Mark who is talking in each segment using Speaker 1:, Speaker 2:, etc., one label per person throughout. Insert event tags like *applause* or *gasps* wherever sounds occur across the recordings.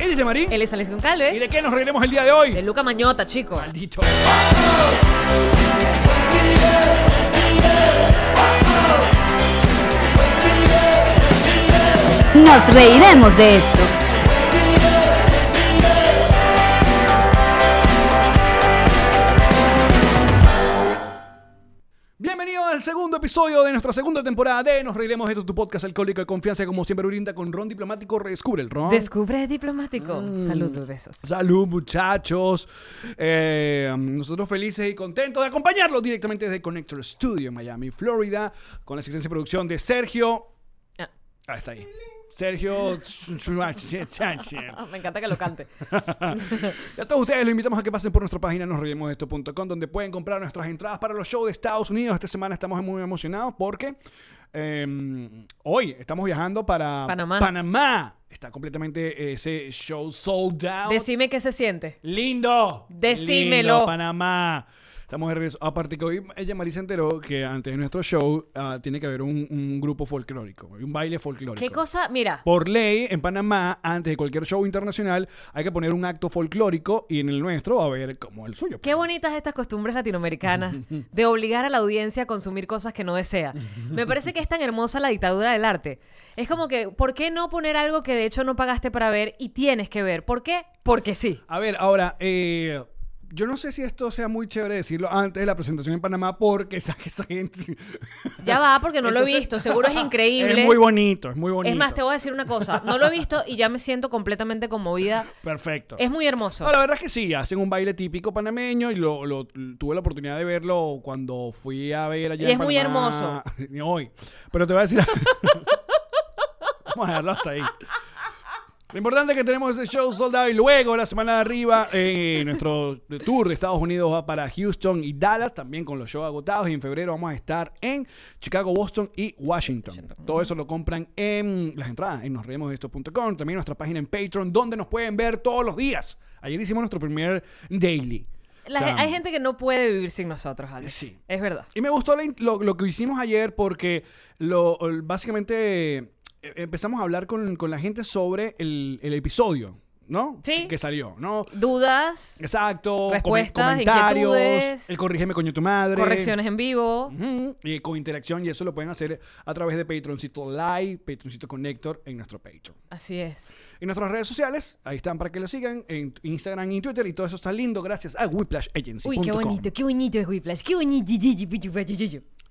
Speaker 1: Ella es de Marín.
Speaker 2: Él es Alex
Speaker 1: ¿Y
Speaker 2: Goncalves.
Speaker 1: de qué nos reiremos el día de hoy?
Speaker 2: De Luca Mañota, chico.
Speaker 1: Maldito.
Speaker 3: Nos reiremos de esto.
Speaker 1: Bienvenidos al segundo episodio de nuestra segunda temporada de Nos reiremos de esto, tu podcast alcohólico de confianza, que como siempre brinda con ron diplomático. Redescubre el ron.
Speaker 2: Descubre diplomático. Salud, besos.
Speaker 1: Salud, muchachos. Eh, nosotros felices y contentos de acompañarlos directamente desde Connector Studio en Miami, Florida, con la asistencia y producción de Sergio.
Speaker 2: Ah.
Speaker 1: Ah, está ahí. Sergio Schwarzenegger.
Speaker 2: ah, Me encanta que lo cante.
Speaker 1: Y a todos ustedes los invitamos a que pasen por nuestra página nosreiremosdeesto.com donde pueden comprar nuestras entradas para los shows de Estados Unidos. Esta semana estamos muy emocionados porque eh, hoy estamos viajando para
Speaker 2: Panamá.
Speaker 1: Panamá. Está completamente eh, ese show sold out.
Speaker 2: *laughs* Decime qué se siente.
Speaker 1: Lindo.
Speaker 2: Decímelo.
Speaker 1: Lindo, Panamá. Estamos de regreso. Aparte que hoy ella María se enteró que antes de nuestro show ah, tiene que haber un, un grupo folclórico, un baile folclórico.
Speaker 2: ¿Qué cosa? Mira,
Speaker 1: Por ley, en Panamá, antes de cualquier show internacional, hay que poner un acto folclórico y en el nuestro va a haber como el suyo.
Speaker 2: qué bonitas estas costumbres *laughs* latinoamericanas de obligar a la audiencia a consumir cosas que no desea. Me parece que es tan hermosa la dictadura del arte. Es como que, ¿por qué no poner algo que de hecho no pagaste para ver y tienes que ver? ¿Por qué? Porque sí.
Speaker 1: A ver, ahora, eh, yo no sé si esto sea muy chévere decirlo antes de la presentación en Panamá porque esa, *laughs* esa gente...
Speaker 2: Ya va, porque no lo he
Speaker 1: Entonces-
Speaker 2: visto. Seguro *laughs* es increíble.
Speaker 1: es muy bonito, es muy bonito.
Speaker 2: Es más, te voy a decir una cosa. No lo he visto y ya me siento completamente conmovida.
Speaker 1: Perfecto.
Speaker 2: Es muy hermoso.
Speaker 1: No, la verdad es que sí, hacen un baile típico panameño y lo, lo- tuve la oportunidad de verlo cuando fui a ver allá
Speaker 2: Y
Speaker 1: en
Speaker 2: es muy
Speaker 1: Panamá. *laughs* Hoy. Pero te voy a decir... *laughs* Vamos a dejarlo hasta ahí. Lo importante es que tenemos ese show soldado y luego la semana de arriba eh, nuestro tour de Estados Unidos va para Houston y Dallas también con los shows agotados y en febrero vamos a estar en Chicago, Boston y Washington. Todo eso lo compran en las entradas en nosreemosdeesto.com, también nuestra página en Patreon donde nos pueden ver todos los días. Ayer hicimos nuestro primer daily.
Speaker 2: La
Speaker 1: O sea,
Speaker 2: gen- hay gente que no puede vivir sin nosotros, Alex.
Speaker 1: Sí.
Speaker 2: Es verdad.
Speaker 1: y me gustó la in- lo, lo que hicimos ayer porque lo, el- básicamente eh, empezamos a hablar con, con la gente sobre el, el episodio, ¿no?
Speaker 2: Sí.
Speaker 1: Que salió, ¿no?
Speaker 2: Dudas,
Speaker 1: Exacto. comen-
Speaker 2: Respuestas, inquietudes.
Speaker 1: comentarios. El corrígeme coño tu madre.
Speaker 2: correcciones en vivo.
Speaker 1: Ujú, Y con interacción, y eso lo pueden hacer a través de Patroncito Live, Patroncito Connector en nuestro Patreon.
Speaker 2: Así es.
Speaker 1: En nuestras redes sociales, ahí están para que la sigan, en Instagram y Twitter, y todo eso está lindo gracias a whiplashagency.com.
Speaker 2: Uy, qué bonito, qué bonito es Whiplash. Qué bonito.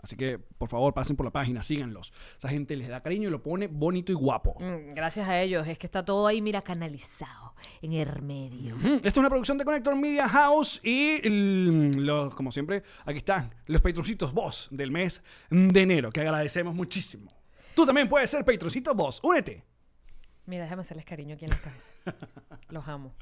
Speaker 1: Así que, por favor, pasen por la página, síganlos. Esa gente les da cariño y lo pone bonito y guapo.
Speaker 2: Mm, Gracias a ellos. Es que está todo ahí, mira, canalizado en el medio.
Speaker 1: Ujú. Esta es una producción de Connector Media House y mm, los, como siempre, aquí están los patroncitos vos del mes de enero, que agradecemos muchísimo. Tú también puedes ser patroncito vos, únete.
Speaker 2: Mira, déjame hacerles cariño aquí en la cabeza.
Speaker 1: *laughs*
Speaker 2: Los amo.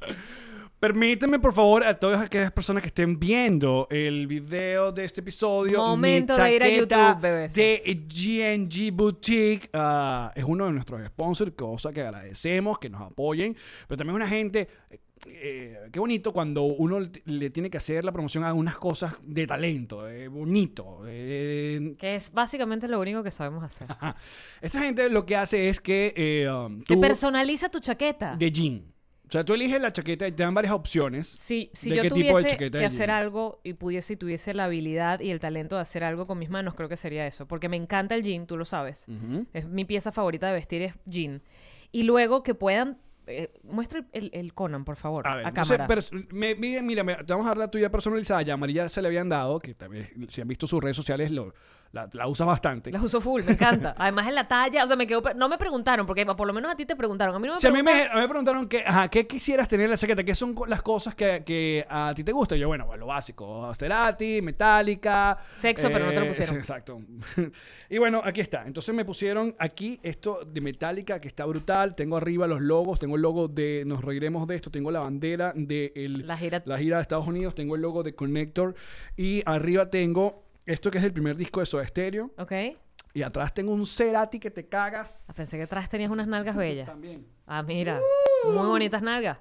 Speaker 1: Permíteme, por favor, a todas aquellas personas que estén viendo el video de este episodio.
Speaker 2: Momento
Speaker 1: mi
Speaker 2: de ir a
Speaker 1: chaqueta
Speaker 2: YouTube, bebés.
Speaker 1: De GNG Boutique. ah, es uno de nuestros sponsors, cosa que agradecemos, que nos apoyen. Pero también una gente. eh, eh, qué bonito cuando uno le- le tiene que hacer la promoción a unas cosas de talento, eh, bonito. eh,
Speaker 2: Que es básicamente lo único que sabemos hacer.
Speaker 1: ajá. Esta gente lo que hace es que. eh, um,
Speaker 2: Que
Speaker 1: tú-
Speaker 2: personaliza tu chaqueta.
Speaker 1: de jean. O sea, tú eliges la chaqueta y te dan varias opciones.
Speaker 2: Si, si
Speaker 1: ¿De
Speaker 2: yo
Speaker 1: qué tipo de
Speaker 2: tuviese
Speaker 1: chaqueta
Speaker 2: que
Speaker 1: es
Speaker 2: hacer
Speaker 1: jean?
Speaker 2: algo y pudiese y tuviese la habilidad y el talento de hacer algo con mis manos, creo que sería eso. Porque me encanta el jean, tú lo sabes.
Speaker 1: Ujú.
Speaker 2: Es mi pieza favorita de vestir es jean. Y luego que puedan... eh, muestra el, el- el Conan, por favor, a,
Speaker 1: A ver, entonces,
Speaker 2: cámara.
Speaker 1: pers- me- mira, mira, me- te vamos a dar la tuya personalizada. Ya a María se le habían dado, que también, si han visto sus redes sociales, lo- la, la usa bastante.
Speaker 2: Las uso full, me encanta. *laughs* Además en la talla, o sea, me quedó... per- No me preguntaron, porque por lo menos a ti te preguntaron. A mí no me
Speaker 1: Si a mí me,
Speaker 2: preguntaron.
Speaker 1: a mí me preguntaron que, ajá, qué quisieras tener en la chaqueta, qué son co- las cosas que, que a ti te gustan. Yo, bueno, lo básico: Cerati, Metallica. eh,
Speaker 2: Sexo, pero no te lo
Speaker 1: *laughs*
Speaker 2: pusieron.
Speaker 1: Exacto. y bueno, aquí está. Entonces me pusieron aquí esto de Metallica, que está brutal. Tengo arriba los logos, tengo el logo de Nos Reiremos de esto, tengo la bandera de el-
Speaker 2: La gira-
Speaker 1: la gira de Estados Unidos, tengo el logo de Connector y arriba tengo esto que es el primer disco de Soda Stereo
Speaker 2: Ok.
Speaker 1: y atrás tengo un Cerati que te cagas
Speaker 2: Ah, Pensé que atrás tenías unas nalgas bellas.
Speaker 1: también.
Speaker 2: Ah, mira. Muy bonitas nalgas.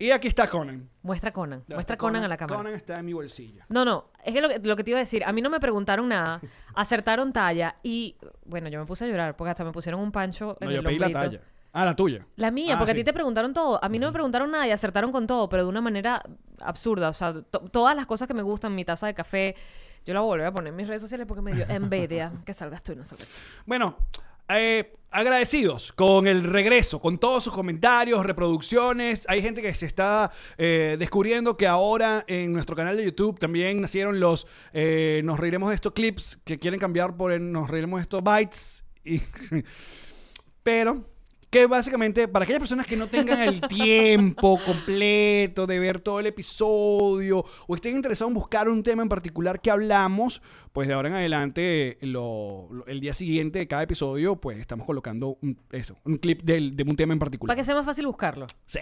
Speaker 1: Y aquí está Conan.
Speaker 2: Muestra Conan.
Speaker 1: Ya
Speaker 2: Muestra
Speaker 1: está
Speaker 2: Conan a la cámara.
Speaker 1: Conan está en mi bolsillo.
Speaker 2: No, no, es que lo, que lo que te iba a decir, a mí no me preguntaron *laughs* nada, acertaron talla y bueno, yo me puse a llorar porque hasta me pusieron un pancho en
Speaker 1: No, yo
Speaker 2: el
Speaker 1: pedí la
Speaker 2: omblito.
Speaker 1: talla. Ah, la tuya.
Speaker 2: La mía,
Speaker 1: Ah,
Speaker 2: porque
Speaker 1: sí.
Speaker 2: a ti te preguntaron todo. A mí no me preguntaron nada y acertaron con todo, pero de una manera absurda. O sea, to- todas las cosas que me gustan, mi taza de café, yo la voy a volver a poner en mis redes sociales porque me dio *laughs* envidia que salgas tú y no salgas tú.
Speaker 1: Bueno, eh, agradecidos con el regreso, con todos sus comentarios, reproducciones. Hay gente que se está eh, descubriendo que ahora en nuestro canal de YouTube también nacieron los eh, Nos reiremos de estos clips que quieren cambiar por el Nos reiremos de estos bytes. Y- *laughs* pero que básicamente para aquellas personas que no tengan el
Speaker 2: *laughs*
Speaker 1: tiempo completo de ver todo el episodio o estén interesados en buscar un tema en particular que hablamos, pues de ahora en adelante lo- lo- el día siguiente de cada episodio pues estamos colocando un, eso, un clip del- de un tema en particular.
Speaker 2: Para que sea más fácil buscarlo.
Speaker 1: Sí.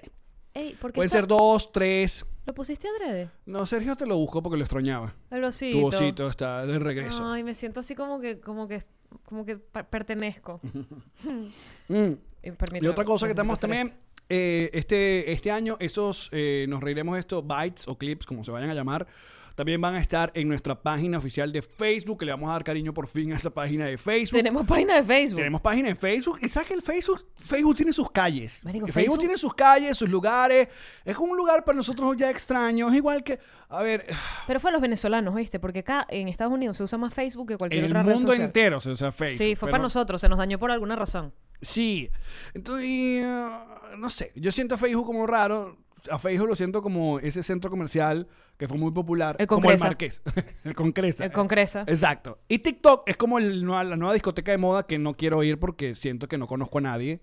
Speaker 2: Ey, ¿por qué
Speaker 1: Pueden
Speaker 2: está-
Speaker 1: ser dos, tres.
Speaker 2: ¿Lo pusiste adrede?
Speaker 1: No, Sergio te lo buscó porque lo extrañaba.
Speaker 2: El osito.
Speaker 1: Tu osito está de regreso.
Speaker 2: Ay, me siento así como que, como que, como que per- pertenezco.
Speaker 1: Mm.
Speaker 2: Y, permítame,
Speaker 1: Y otra cosa que
Speaker 2: necesito
Speaker 1: estamos
Speaker 2: hacer
Speaker 1: también,
Speaker 2: esto.
Speaker 1: eh, este, este año, esos, eh, nos reiremos de estos bytes o clips, como se vayan a llamar, también van a estar en nuestra página oficial de Facebook, que le vamos a dar cariño por fin a esa página de Facebook.
Speaker 2: Tenemos página de Facebook.
Speaker 1: Tenemos página en Facebook y sabes que el Facebook, Facebook tiene sus calles.
Speaker 2: Me digo,
Speaker 1: Facebook,
Speaker 2: Facebook.
Speaker 1: tiene sus calles, sus lugares. Es como un lugar para nosotros ya extraño. Es igual que, a ver,
Speaker 2: Pero fue a los venezolanos, ¿viste? Porque acá en Estados Unidos se usa más Facebook que cualquier
Speaker 1: en el
Speaker 2: otra red
Speaker 1: mundo
Speaker 2: social.
Speaker 1: entero se usa Facebook.
Speaker 2: Sí, fue
Speaker 1: pero-
Speaker 2: para nosotros, se nos dañó por alguna razón.
Speaker 1: Sí. Entonces, y, eh, no sé, yo siento a Facebook como raro. A Facebook lo siento como ese centro comercial que fue muy popular.
Speaker 2: El
Speaker 1: como el
Speaker 2: Concresa.
Speaker 1: Marqués. *laughs* el Concresa.
Speaker 2: El Concresa.
Speaker 1: Exacto. Y TikTok es como el nueva- la nueva discoteca de moda que no quiero ir porque siento que no conozco a nadie.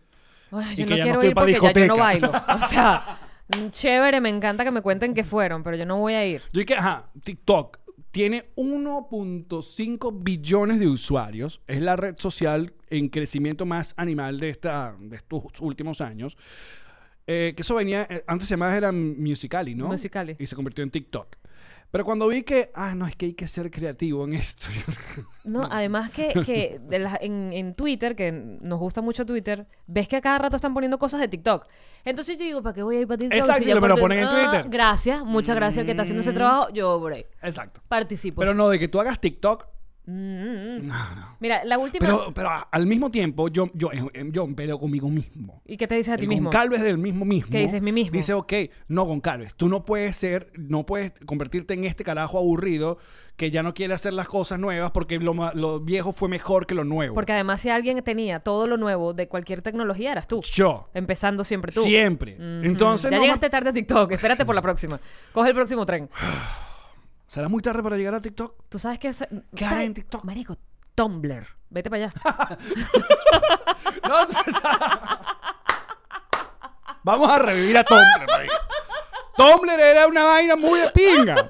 Speaker 2: Ay,
Speaker 1: Y
Speaker 2: yo
Speaker 1: que
Speaker 2: no
Speaker 1: ya no
Speaker 2: quiero
Speaker 1: estoy
Speaker 2: ir
Speaker 1: pa'
Speaker 2: porque ya yo no
Speaker 1: discoteca.
Speaker 2: bailo. *laughs* O sea, mm, chévere, me encanta que me cuenten que fueron, pero yo no voy a ir.
Speaker 1: Yo dije, ajá, TikTok tiene 1.5 billones de usuarios. Es la red social en crecimiento más animal de, esta, de estos últimos años. Eh, que eso venía, eh, antes se llamaba era Musicali, ¿no?
Speaker 2: Musical.ly.
Speaker 1: Y se convirtió en TikTok. Pero cuando vi que, ah, no, es que hay que ser creativo en esto. *laughs*
Speaker 2: No, además que, que de las- en, en Twitter, que nos gusta mucho Twitter, ves que a cada rato están poniendo cosas de TikTok. Entonces yo digo, ¿para qué voy a ir para TikTok?
Speaker 1: Exacto,
Speaker 2: Si
Speaker 1: y
Speaker 2: ya
Speaker 1: lo- me
Speaker 2: por
Speaker 1: lo
Speaker 2: tu-
Speaker 1: ponen en
Speaker 2: Ah,
Speaker 1: Twitter.
Speaker 2: Gracias, muchas gracias al que está haciendo ese trabajo. Yo por ahí
Speaker 1: Exacto.
Speaker 2: participo.
Speaker 1: Pero no, de que tú hagas TikTok.
Speaker 2: Mm, mm, mm.
Speaker 1: No, no.
Speaker 2: Mira, la última...
Speaker 1: Pero, pero a- al mismo tiempo, yo, yo, yo me peleo conmigo mismo.
Speaker 2: ¿Y qué te dices a ti
Speaker 1: El
Speaker 2: mismo?
Speaker 1: Goncalves del mismo mismo.
Speaker 2: ¿Qué dices? Mi mismo.
Speaker 1: Dice, ok, no, Goncalves, tú no puedes ser, no puedes convertirte en este carajo aburrido que ya no quiere hacer las cosas nuevas porque lo, ma- lo viejo fue mejor que lo nuevo.
Speaker 2: Porque además si alguien tenía todo lo nuevo de cualquier tecnología, eras tú.
Speaker 1: yo,
Speaker 2: Empezando siempre tú.
Speaker 1: siempre.
Speaker 2: Ujú.
Speaker 1: Entonces,
Speaker 2: ya
Speaker 1: no
Speaker 2: llegaste
Speaker 1: ma-
Speaker 2: tarde a TikTok. Espérate por la próxima. Coge el próximo tren.
Speaker 1: ¿será muy tarde para llegar a TikTok? *laughs*
Speaker 2: ¿Tú sabes qué es?
Speaker 1: ¿Qué hará
Speaker 2: ¿sabes?
Speaker 1: en TikTok?
Speaker 2: Marico, Tumblr. Vete para allá. *laughs*
Speaker 1: No, entonces- Vamos a revivir a Tumblr. marico. Tumblr era una vaina muy de
Speaker 2: *laughs*
Speaker 1: pinga.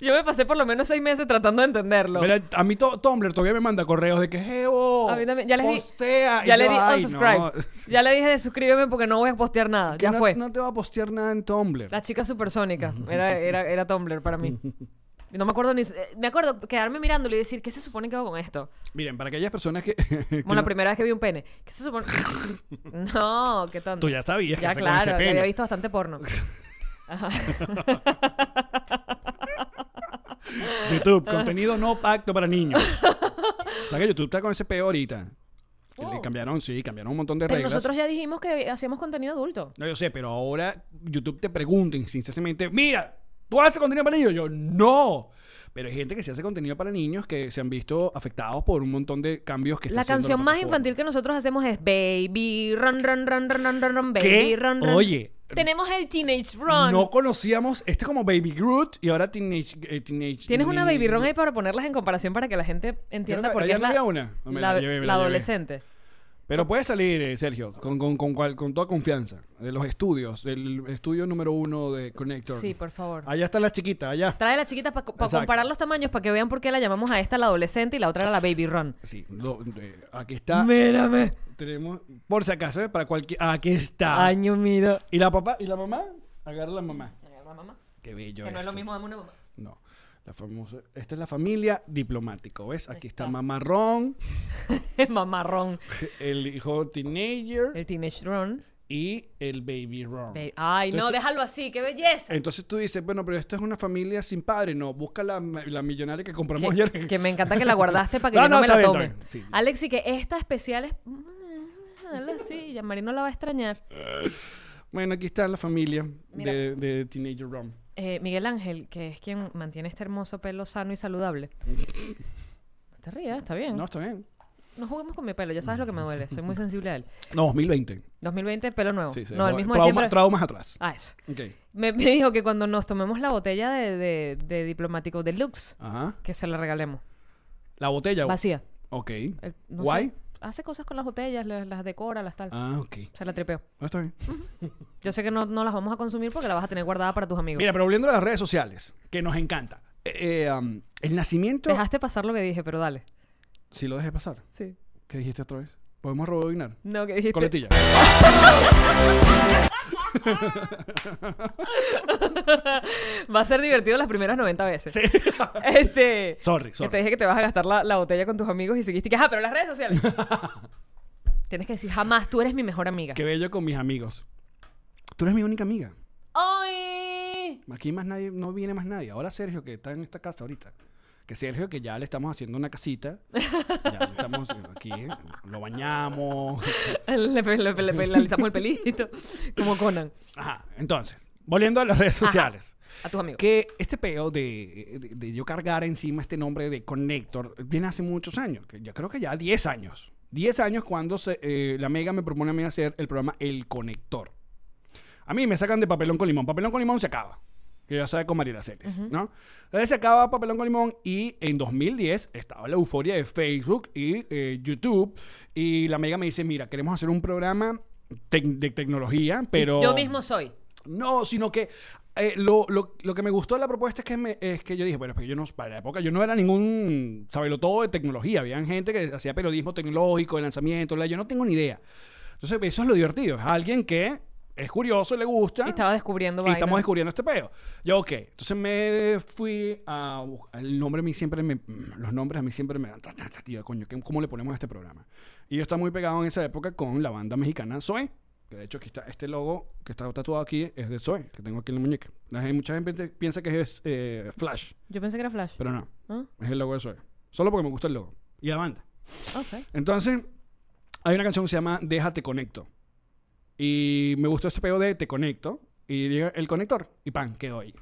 Speaker 2: Yo me pasé por lo menos seis meses tratando de entenderlo.
Speaker 1: Mira, a mí to- Tumblr todavía me manda correos de que, Jebo,
Speaker 2: A mí también. Ya les di-
Speaker 1: postea. Y
Speaker 2: ya le
Speaker 1: yo,
Speaker 2: di
Speaker 1: "Ay,
Speaker 2: unsubscribe.
Speaker 1: no".
Speaker 2: Ya le dije de suscríbeme porque no voy a postear nada.
Speaker 1: Que
Speaker 2: Ya
Speaker 1: no,
Speaker 2: fue.
Speaker 1: No te va a postear nada en Tumblr.
Speaker 2: La chica supersónica.
Speaker 1: *laughs*
Speaker 2: Era, era, era Tumblr para mí. Y No me acuerdo ni. eh, Me acuerdo quedarme mirándolo y decir, ¿qué se supone que hago con esto?
Speaker 1: Miren, para aquellas personas
Speaker 2: *laughs*
Speaker 1: que. *laughs* que
Speaker 2: Bueno, la
Speaker 1: no-
Speaker 2: primera vez que vi un pene. ¿Qué se
Speaker 1: *laughs*
Speaker 2: supone? no, qué tonto.
Speaker 1: Tú ya sabías que
Speaker 2: Ya,
Speaker 1: se come ese
Speaker 2: claro, ya
Speaker 1: pene.
Speaker 2: había visto bastante
Speaker 1: *laughs*
Speaker 2: porno. Ajá. *laughs*
Speaker 1: YouTube, contenido no pacto para niños. o sea que YouTube está con ese peo ahorita. Que le
Speaker 2: Oh.
Speaker 1: cambiaron, sí, cambiaron un montón de
Speaker 2: Pero
Speaker 1: reglas.
Speaker 2: nosotros ya dijimos que hacíamos contenido adulto.
Speaker 1: No, yo sé, pero ahora YouTube te pregunta insistentemente: Mira, ¿tú haces contenido para niños? Yo, no. Pero hay gente que se hace contenido para niños que se han visto afectados por un montón de cambios que está
Speaker 2: La
Speaker 1: haciendo
Speaker 2: canción más
Speaker 1: plataforma.
Speaker 2: infantil que nosotros hacemos es Baby Run Run Run Run Run Run Run Baby
Speaker 1: ¿Qué?
Speaker 2: Run Run.
Speaker 1: Oye.
Speaker 2: tenemos el Teenage Run.
Speaker 1: No conocíamos. Este es como Baby Groot y ahora Teenage. eh, teenage
Speaker 2: Tienes una Baby Run
Speaker 1: ahí
Speaker 2: ahí para ponerlas en comparación para que la gente entienda
Speaker 1: Creo que
Speaker 2: por
Speaker 1: allá
Speaker 2: qué es
Speaker 1: no
Speaker 2: la,
Speaker 1: había una. No, me la
Speaker 2: la-
Speaker 1: llevé, me
Speaker 2: la
Speaker 1: la llevé.
Speaker 2: adolescente.
Speaker 1: Pero puede salir, eh, Sergio, con, con, con, cual- con toda confianza. De los estudios, del estudio número uno de Connector.
Speaker 2: Sí, por favor.
Speaker 1: Allá está la chiquita, allá.
Speaker 2: Trae la chiquita para
Speaker 1: Exacto.
Speaker 2: comparar los tamaños para que vean por qué la llamamos a esta la adolescente y la otra era la Baby Run.
Speaker 1: Sí, lo- eh, aquí está.
Speaker 2: Mírame,
Speaker 1: Tenemos, por si acaso, eh, para cualquier. Aquí está.
Speaker 2: año miro.
Speaker 1: ¿Y la papá? ¿Y la mamá? Agarra la mamá. Qué bello.
Speaker 2: Que no es lo
Speaker 1: esto.
Speaker 2: mismo dame una mamá.
Speaker 1: No. La famosa, esta es la familia diplomático, ¿ves? Aquí está
Speaker 2: está.
Speaker 1: Mamarrón,
Speaker 2: *laughs* Mamarrón.
Speaker 1: el hijo teenager
Speaker 2: El Teenage Run.
Speaker 1: y el baby Ron.
Speaker 2: Baby- Ay, no, déjalo así, qué belleza.
Speaker 1: Entonces tú dices, bueno, pero esta es una familia sin padre. No, busca la, la millonaria que compramos
Speaker 2: Que,
Speaker 1: ayer.
Speaker 2: que me encanta que la guardaste para que
Speaker 1: *laughs* No,
Speaker 2: yo no,
Speaker 1: no,
Speaker 2: me
Speaker 1: está
Speaker 2: la
Speaker 1: bien,
Speaker 2: tome.
Speaker 1: está bien, sí.
Speaker 2: *laughs* Alex, y que esta especial es. déjala así, ya Marino la va a extrañar.
Speaker 1: *laughs* Bueno, aquí está la familia
Speaker 2: Mira.
Speaker 1: de, de Teenager Rom.
Speaker 2: Eh, Miguel Ángel, que es quien mantiene este hermoso pelo sano y saludable. No te rías, está bien.
Speaker 1: No,
Speaker 2: No,
Speaker 1: está bien.
Speaker 2: juguemos con mi pelo, ya sabes lo que me duele, soy muy sensible a él.
Speaker 1: No, 2020.
Speaker 2: 2020, pelo nuevo.
Speaker 1: Sí, sí.
Speaker 2: no, el mismo de
Speaker 1: Trauma-
Speaker 2: siempre.
Speaker 1: Traumas atrás.
Speaker 2: Ah, eso.
Speaker 1: Ok.
Speaker 2: Me, me dijo que cuando nos tomemos la botella de, de, de diplomático deluxe,
Speaker 1: Ajá.
Speaker 2: que se la regalemos.
Speaker 1: La botella.
Speaker 2: Vacía.
Speaker 1: Ok.
Speaker 2: El- no
Speaker 1: Guay.
Speaker 2: sé, hace cosas con las botellas, las, las decora, las tal.
Speaker 1: Ah, ok.
Speaker 2: Se la tripeo.
Speaker 1: No, está bien.
Speaker 2: Yo sé que no, no las vamos a consumir porque la vas a tener guardada para tus amigos.
Speaker 1: Mira, pero volviendo a las redes sociales, que nos encanta. Eh, eh, um, el nacimiento.
Speaker 2: Dejaste pasar lo que dije, pero dale.
Speaker 1: Si lo dejé pasar.
Speaker 2: Sí.
Speaker 1: ¿Qué dijiste otra vez? ¿Podemos rebobinar?
Speaker 2: No, que dijiste.
Speaker 1: Coletilla.
Speaker 2: Va a ser divertido las primeras 90 veces. Sí. *laughs* Este.
Speaker 1: Sorry,
Speaker 2: Que te
Speaker 1: sorry.
Speaker 2: dije que te vas a gastar la, la botella con tus amigos y seguiste y que, ajá, pero las redes
Speaker 1: *laughs*
Speaker 2: sociales. Tienes que decir, jamás, tú eres mi mejor amiga.
Speaker 1: Qué bello con mis amigos. Tú eres mi única amiga.
Speaker 2: ¡Ay! *laughs*
Speaker 1: Aquí más nadie, no viene más nadie. Ahora Sergio, que está en esta casa ahorita. Que Sergio, que ya le estamos haciendo una casita. Ya le estamos aquí, ¿eh? lo bañamos.
Speaker 2: Le, pe- le, pe- le pe- le alisamos el pelito, como Conan,
Speaker 1: Ajá. Entonces, volviendo a las redes sociales.
Speaker 2: a tus amigos.
Speaker 1: Que este peo de, de- de yo cargar encima este nombre de Connector viene hace muchos años. que Yo creo que ya 10 años. 10 años cuando se- eh, la Mega me propone a mí hacer el programa El Conector. A mí me sacan de papelón con limón. Papelón con limón se acaba. Que ya sabe con Mariela Celes, ¿no? Entonces se acaba Papelón con Limón y en 2010 estaba la euforia de Facebook y eh, YouTube. Y la Mega me dice, mira, queremos hacer un programa tec- de tecnología, pero...
Speaker 2: Yo mismo soy.
Speaker 1: No, sino que eh, lo, lo- lo que me gustó de la propuesta es que, me- es que yo dije, bueno, pero yo no, para la época, yo no era ningún sabelo todo de tecnología. Habían gente que hacía periodismo tecnológico, de lanzamiento, la- yo no tengo ni idea. Entonces, eso es lo divertido. Es alguien que es curioso, le gusta.
Speaker 2: Y estaba descubriendo
Speaker 1: Y
Speaker 2: vainas.
Speaker 1: estamos descubriendo este peo. Yo, ok. Entonces me fui a. bus- El nombre a mí siempre me. Los nombres a mí siempre me dan. ta, ta, ta, Tío, coño, ¿qué- ¿cómo le ponemos a este programa? Y yo estaba muy pegado en esa época con la banda mexicana Zoe. Que de hecho, aquí está este logo que está tatuado aquí es de Zoe, que tengo aquí en la muñeca. La gente- mucha gente piensa- piensa que es eh, Flash,
Speaker 2: Yo pensé que era Flash.
Speaker 1: pero no.
Speaker 2: Ah,
Speaker 1: Es el logo de Zoe. Solo porque me gusta el logo. Y la banda.
Speaker 2: ok.
Speaker 1: Entonces, hay una canción que se llama Déjate Conecto. Y me gustó ese pego de Te Conecto. Y llega el conector. Y pan, quedó ahí.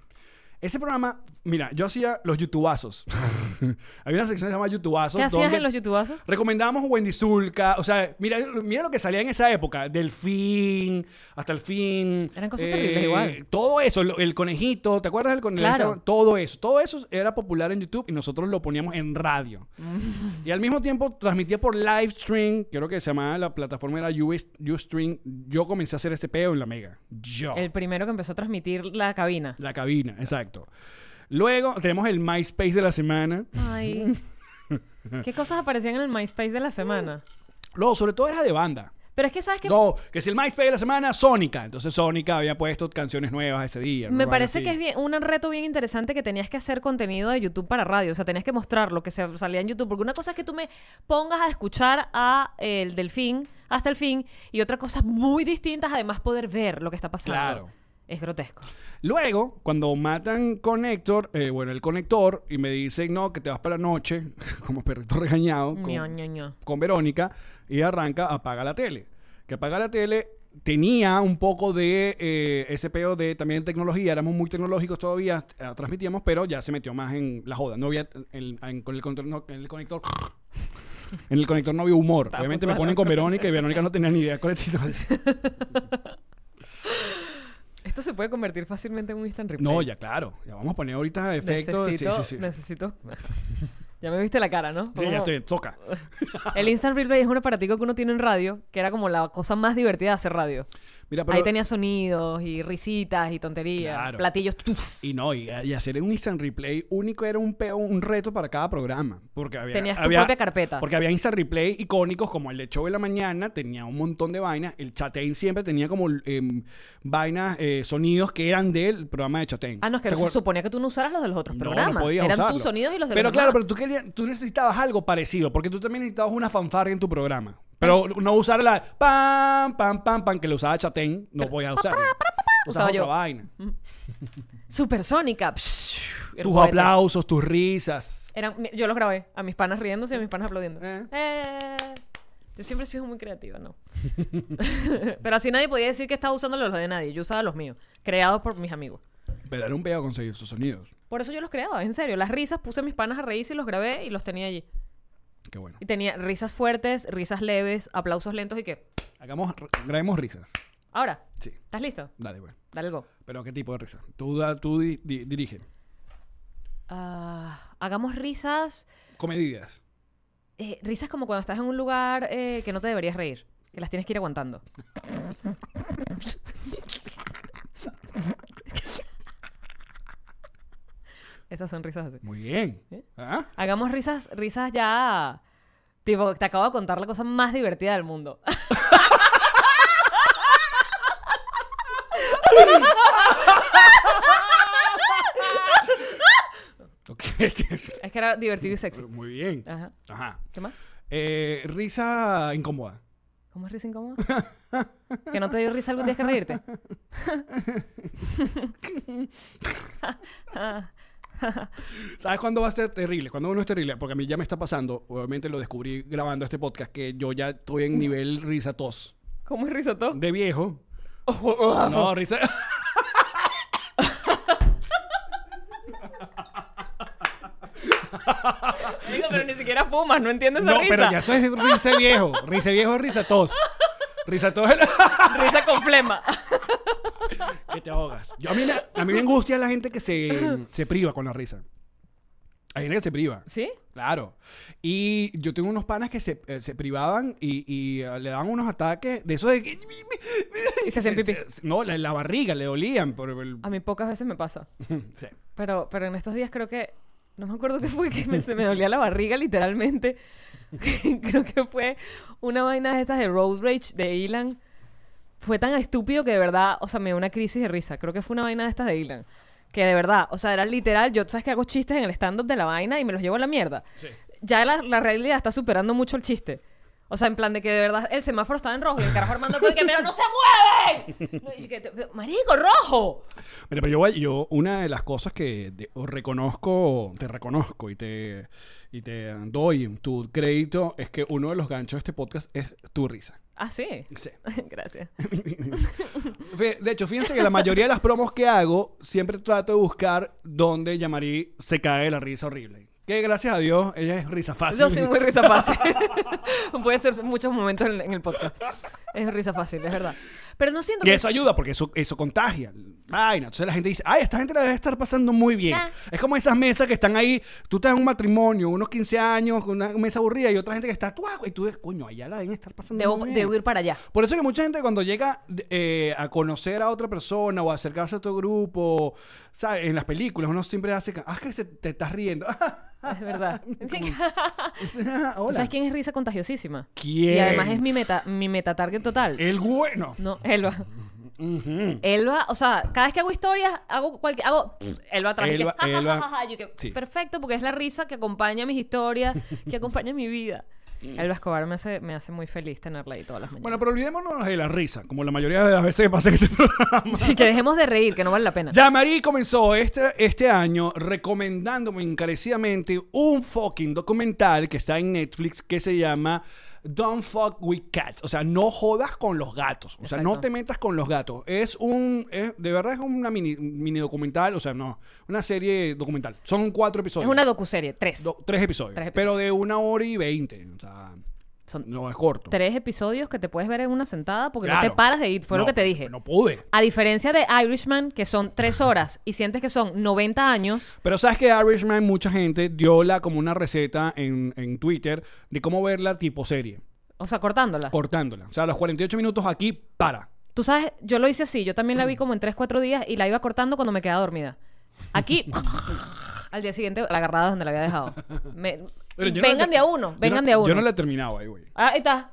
Speaker 1: Ese programa, mira, yo hacía los youtubazos. *laughs* Había una sección que se llama youtubazos.
Speaker 2: ¿Qué hacías
Speaker 1: donde
Speaker 2: en los youtubazos?
Speaker 1: Recomendábamos Wendy Zulka. O sea, mira, mira lo que salía en esa época. Delfín, hasta el fin. eh,
Speaker 2: Eran cosas horribles igual.
Speaker 1: Todo eso, lo- el conejito, ¿te acuerdas del conejito?
Speaker 2: Claro.
Speaker 1: Todo eso. Todo eso era popular en YouTube y nosotros lo poníamos en radio.
Speaker 2: Mm.
Speaker 1: y al mismo tiempo transmitía por Livestream, creo que se llamaba la plataforma era US Ustream. Yo comencé a hacer ese peo en la Mega. Yo.
Speaker 2: El primero que empezó a transmitir la cabina.
Speaker 1: La cabina, exacto. Luego tenemos el MySpace de la semana.
Speaker 2: Ay. *laughs* ¿Qué cosas aparecían en el MySpace de la semana?
Speaker 1: Luego, sobre todo era de banda.
Speaker 2: Pero es que, ¿sabes qué?
Speaker 1: No, que si el MySpace de la semana, Sónica. Entonces Sónica había puesto canciones nuevas ese día.
Speaker 2: Me
Speaker 1: ¿no?
Speaker 2: parece
Speaker 1: Algo
Speaker 2: que es
Speaker 1: así.
Speaker 2: bien, un reto bien interesante que tenías que hacer contenido de YouTube para radio. O sea, tenías que mostrar lo que se salía en YouTube. Porque una cosa es que tú me pongas a escuchar a eh, el delfín hasta el fin. Y otra cosa muy distinta es además poder ver lo que está pasando.
Speaker 1: Claro.
Speaker 2: Es grotesco.
Speaker 1: Luego, cuando matan Connector, eh, bueno, el conector, y me dicen, no, que te vas para la noche, *laughs* como perrito regañado,
Speaker 2: Ño,
Speaker 1: con,
Speaker 2: ño, ño.
Speaker 1: con Verónica, y arranca, apaga la tele. Que apaga la tele tenía un poco de eh, ese peo de también tecnología, éramos muy tecnológicos todavía, eh, transmitíamos, pero ya se metió más en la joda. No había, el- en- con el control- no, en el conector En el conector no había humor.
Speaker 2: Está
Speaker 1: Obviamente me
Speaker 2: puntual,
Speaker 1: ponen con Verónica y Verónica no tenía ni idea cuál es el
Speaker 2: *laughs*
Speaker 1: título.
Speaker 2: Esto se puede convertir fácilmente en un instant replay.
Speaker 1: No, ya claro. Ya vamos a poner ahorita efectos. Sí,
Speaker 2: Necesito,
Speaker 1: sí, sí.
Speaker 2: necesito. *laughs* ya me viste la cara, ¿no?
Speaker 1: Sí,
Speaker 2: Como-
Speaker 1: ya estoy, toca.
Speaker 2: El instant replay es un aparatico que uno tiene en radio, que era como la cosa más divertida de hacer radio.
Speaker 1: Mira, pero,
Speaker 2: Ahí tenía sonidos y risitas y tonterías,
Speaker 1: Claro.
Speaker 2: platillos. ¡tuf!
Speaker 1: Y no, y, y hacer un instant replay único era un peo, un reto para cada programa. Porque había,
Speaker 2: Tenías tu
Speaker 1: había-
Speaker 2: propia carpeta.
Speaker 1: Porque había instant replay icónicos como el de Show de la Mañana, tenía un montón de vainas. El Chatein siempre tenía como em, vainas, eh, sonidos que eran del programa de Chatein.
Speaker 2: Ah, no, es que
Speaker 1: ¿Te
Speaker 2: se
Speaker 1: acuerdas?
Speaker 2: suponía que tú no usaras los de los otros
Speaker 1: No,
Speaker 2: programas.
Speaker 1: No, podías
Speaker 2: Eran
Speaker 1: usarlo.
Speaker 2: tus sonidos y los de
Speaker 1: Pero
Speaker 2: los
Speaker 1: claro,
Speaker 2: demás.
Speaker 1: pero tú, querías, tú necesitabas algo parecido, porque tú también necesitabas una fanfarria en tu programa. Pero no usar la pam, pam, pam, pam, que lo usaba Chatén, no podías usar.
Speaker 2: Usaba
Speaker 1: Usaba otra
Speaker 2: yo. Mm.
Speaker 1: vaina.
Speaker 2: Supersónica. psh, era un
Speaker 1: Tus
Speaker 2: cohete.
Speaker 1: aplausos, tus risas.
Speaker 2: Eran- mi- yo los grabé a mis panas riéndose y a mis panas aplaudiendo.
Speaker 1: Eh.
Speaker 2: Eh. Yo siempre he sido muy creativa, ¿no? *laughs* Pero así nadie podía decir que estaba usando los de nadie. Yo usaba los míos, creados por mis amigos.
Speaker 1: Pero era un pedo conseguir sus sonidos.
Speaker 2: Por eso yo los creaba, en serio. Las risas, puse a mis panas a reírse y los grabé y los tenía allí.
Speaker 1: Qué bueno.
Speaker 2: Y tenía risas fuertes, risas leves, aplausos lentos y qué.
Speaker 1: Hagamos, grabemos risas.
Speaker 2: Ahora,
Speaker 1: Sí,
Speaker 2: ¿estás listo?
Speaker 1: dale, pues. bueno.
Speaker 2: Dale el go.
Speaker 1: Pero ¿qué tipo de risa? Tú, da- tú di- di- dirige.
Speaker 2: Ah, hagamos risas.
Speaker 1: Comedidas.
Speaker 2: eh, risas como cuando estás en un lugar eh, que no te deberías reír. Que las tienes que ir aguantando. Esas son risas así.
Speaker 1: Muy bien.
Speaker 2: ¿Eh?
Speaker 1: ¿Ah?
Speaker 2: Hagamos risas, risas ya. Tipo, te acabo de contar la cosa más divertida del mundo. *laughs*
Speaker 1: Ok. *laughs*
Speaker 2: Es que era divertido y sexy.
Speaker 1: Muy bien.
Speaker 2: Ajá.
Speaker 1: Ajá.
Speaker 2: ¿Qué más?
Speaker 1: Eh, risa incómoda.
Speaker 2: ¿Cómo es risa incómoda? ¿Que no te dio risa algún día que reírte?
Speaker 1: ¿Sabes cuándo va a ser terrible? Cuando uno es terrible, porque a mí ya me está pasando, obviamente lo descubrí grabando este podcast, que yo ya estoy en nivel risa tos.
Speaker 2: ¿Cómo es risa *laughs* todo?
Speaker 1: De viejo. No, risa.
Speaker 2: Digo, pero ni siquiera fumas, no entiendes esa
Speaker 1: No,
Speaker 2: risa.
Speaker 1: pero ya eso es risa viejo. Risa viejo es risa tos. Risa tos es la- *laughs*
Speaker 2: Risa con flema. *laughs*
Speaker 1: que te ahogas. Yo, a, mí, la- a mí me angustia la gente que se, se priva con la risa. Hay gente que se priva.
Speaker 2: ¿Sí?
Speaker 1: Claro. Y yo tengo unos panas que se, eh, se privaban y, y, eh, le daban unos ataques de eso de que...
Speaker 2: Y se hacían pipí. Ah.
Speaker 1: No, la, la barriga le dolían por el...
Speaker 2: A mí pocas veces me pasa.
Speaker 1: *laughs* Sí.
Speaker 2: Pero, pero en estos días creo que. No me acuerdo qué fue, que me- se me dolía la barriga literalmente. *laughs* creo que fue una vaina de estas de Road Rage de Ilan. Fue tan estúpido que de verdad, o sea, me dio una crisis de risa. Creo que fue una vaina de estas de Ilan. Que de verdad, o sea, era literal. Yo, sabes que hago chistes en el stand-up de la vaina y me los llevo a la mierda. Ya la, la realidad está superando mucho el chiste. O sea, en plan de que de verdad el semáforo estaba en rojo y el carajo armando todo y que, pero no se mueven. No, y que te- pero, Marico, rojo.
Speaker 1: Mira, pero yo, voy- yo una de las cosas que de- os reconozco, te reconozco y te, y te doy tu crédito es que uno de los ganchos de este podcast es tu risa.
Speaker 2: Ah, sí. *laughs*
Speaker 1: Sí.
Speaker 2: Gracias.
Speaker 1: Fe- De hecho, fíjense que la mayoría de las promos que hago siempre trato de buscar donde Yamari se cae de la risa horrible. Que gracias a Dios, ella es risa fácil.
Speaker 2: Yo soy muy
Speaker 1: *laughs*
Speaker 2: risa fácil. *laughs* Puede ser muchos momentos en, en el podcast. Es risa fácil, es verdad. Pero no siento
Speaker 1: Y
Speaker 2: que.
Speaker 1: eso ayuda porque eso, eso contagia. Ay, entonces la gente dice, ay, esta gente la debe estar pasando muy bien.
Speaker 2: Ah.
Speaker 1: Es como esas mesas que están ahí, tú estás en un matrimonio, unos 15 años, con una mesa aburrida y otra gente que está, "Tuac", y tú dices, coño, allá la deben estar pasando
Speaker 2: Debo,
Speaker 1: muy bien.
Speaker 2: debo ir para allá.
Speaker 1: Por eso que mucha gente cuando llega de- eh, a conocer a otra persona o a acercarse a otro grupo, ¿sabes? en las películas uno siempre hace, ca- ah, que se- te estás riendo. *laughs*
Speaker 2: Es verdad. *laughs*
Speaker 1: Es, ah,
Speaker 2: ¿Tú
Speaker 1: Hola.
Speaker 2: sabes quién es risa contagiosísima?
Speaker 1: ¿Quién? Eh.
Speaker 2: Y además es mi meta, mi meta target total.
Speaker 1: El bueno.
Speaker 2: No, Elba. Elba, o sea, cada vez que hago historias, hago cualquier. Hago pff, Elba atrás. y que,
Speaker 1: Elba,
Speaker 2: ja, ja,
Speaker 1: Elba.
Speaker 2: ja, ja, ja. Yo que,
Speaker 1: Sí.
Speaker 2: Perfecto, porque es la risa que acompaña mis historias, que acompaña
Speaker 1: *laughs*
Speaker 2: mi vida. Elba Escobar me hace, me hace muy feliz tenerla ahí todas las mañanas.
Speaker 1: Bueno, pero olvidémonos de la risa, como la mayoría de las veces que pasa en este *laughs* programa.
Speaker 2: Sí, que dejemos de reír, que no vale la pena.
Speaker 1: Yamari comenzó este, este año recomendándome encarecidamente un fucking documental que está en Netflix que se llama Don't Fuck with Cats. O sea, no jodas con los gatos. O sea, no
Speaker 2: Exacto.
Speaker 1: te metas con los gatos. Es un. es- de verdad es una mini, mini documental. O sea, no. Una serie documental. Son cuatro
Speaker 2: Es
Speaker 1: episodios.
Speaker 2: una docuserie, tres.
Speaker 1: Do- tres episodios.
Speaker 2: Tres episodios.
Speaker 1: Pero de una hora y veinte. O sea,
Speaker 2: Son
Speaker 1: no es corto.
Speaker 2: tres episodios que te puedes ver en una sentada porque no
Speaker 1: Claro.
Speaker 2: te paras de ir. Fue
Speaker 1: No,
Speaker 2: lo que te dije.
Speaker 1: No pude.
Speaker 2: A diferencia de Irishman, que son tres horas y sientes que son 90 años.
Speaker 1: Pero sabes que Irishman, mucha gente dio la como una receta en, en Twitter de cómo verla tipo serie,
Speaker 2: O sea, cortándola.
Speaker 1: cortándola. O sea, a los 48 minutos aquí, para.
Speaker 2: Tú sabes, yo lo hice así. Yo también
Speaker 1: Mm.
Speaker 2: la vi como en 3, 4 días y la iba cortando cuando me quedaba dormida.
Speaker 1: *laughs*
Speaker 2: Aquí, al día siguiente, la agarrada donde la había dejado. Me-
Speaker 1: Pero yo no
Speaker 2: vengan
Speaker 1: la-
Speaker 2: de a uno,
Speaker 1: yo
Speaker 2: vengan
Speaker 1: no-
Speaker 2: de a uno.
Speaker 1: Yo no la he terminado ahí, güey.
Speaker 2: Ah, Ahí está.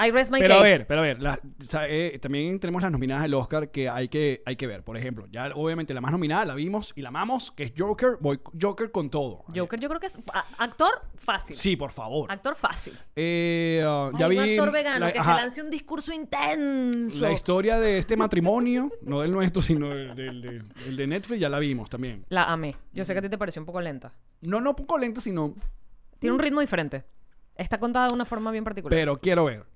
Speaker 2: I rest my
Speaker 1: Pero a
Speaker 2: case.
Speaker 1: ver, pero a ver, las- o sea, eh, también tenemos las nominadas del Oscar que hay, que hay que ver. Por ejemplo, ya obviamente la más nominada la vimos y la amamos, que es Joker. Voy Joker con todo.
Speaker 2: Joker, yo creo que es a- actor fácil.
Speaker 1: Sí, por favor.
Speaker 2: Actor fácil.
Speaker 1: Eh, ah, ya
Speaker 2: Ay,
Speaker 1: vi
Speaker 2: un actor vegano
Speaker 1: la-
Speaker 2: que
Speaker 1: ajá,
Speaker 2: se lance un discurso intenso.
Speaker 1: la historia de este matrimonio, no del nuestro, sino del, del- del- del de Netflix, ya la vimos también.
Speaker 2: La Mm. amé. Yo sé que a ti te pareció un poco lenta.
Speaker 1: No, no poco lento, sino
Speaker 2: Mm. Tiene un ritmo diferente. Está contada de una forma bien particular.
Speaker 1: Pero quiero ver.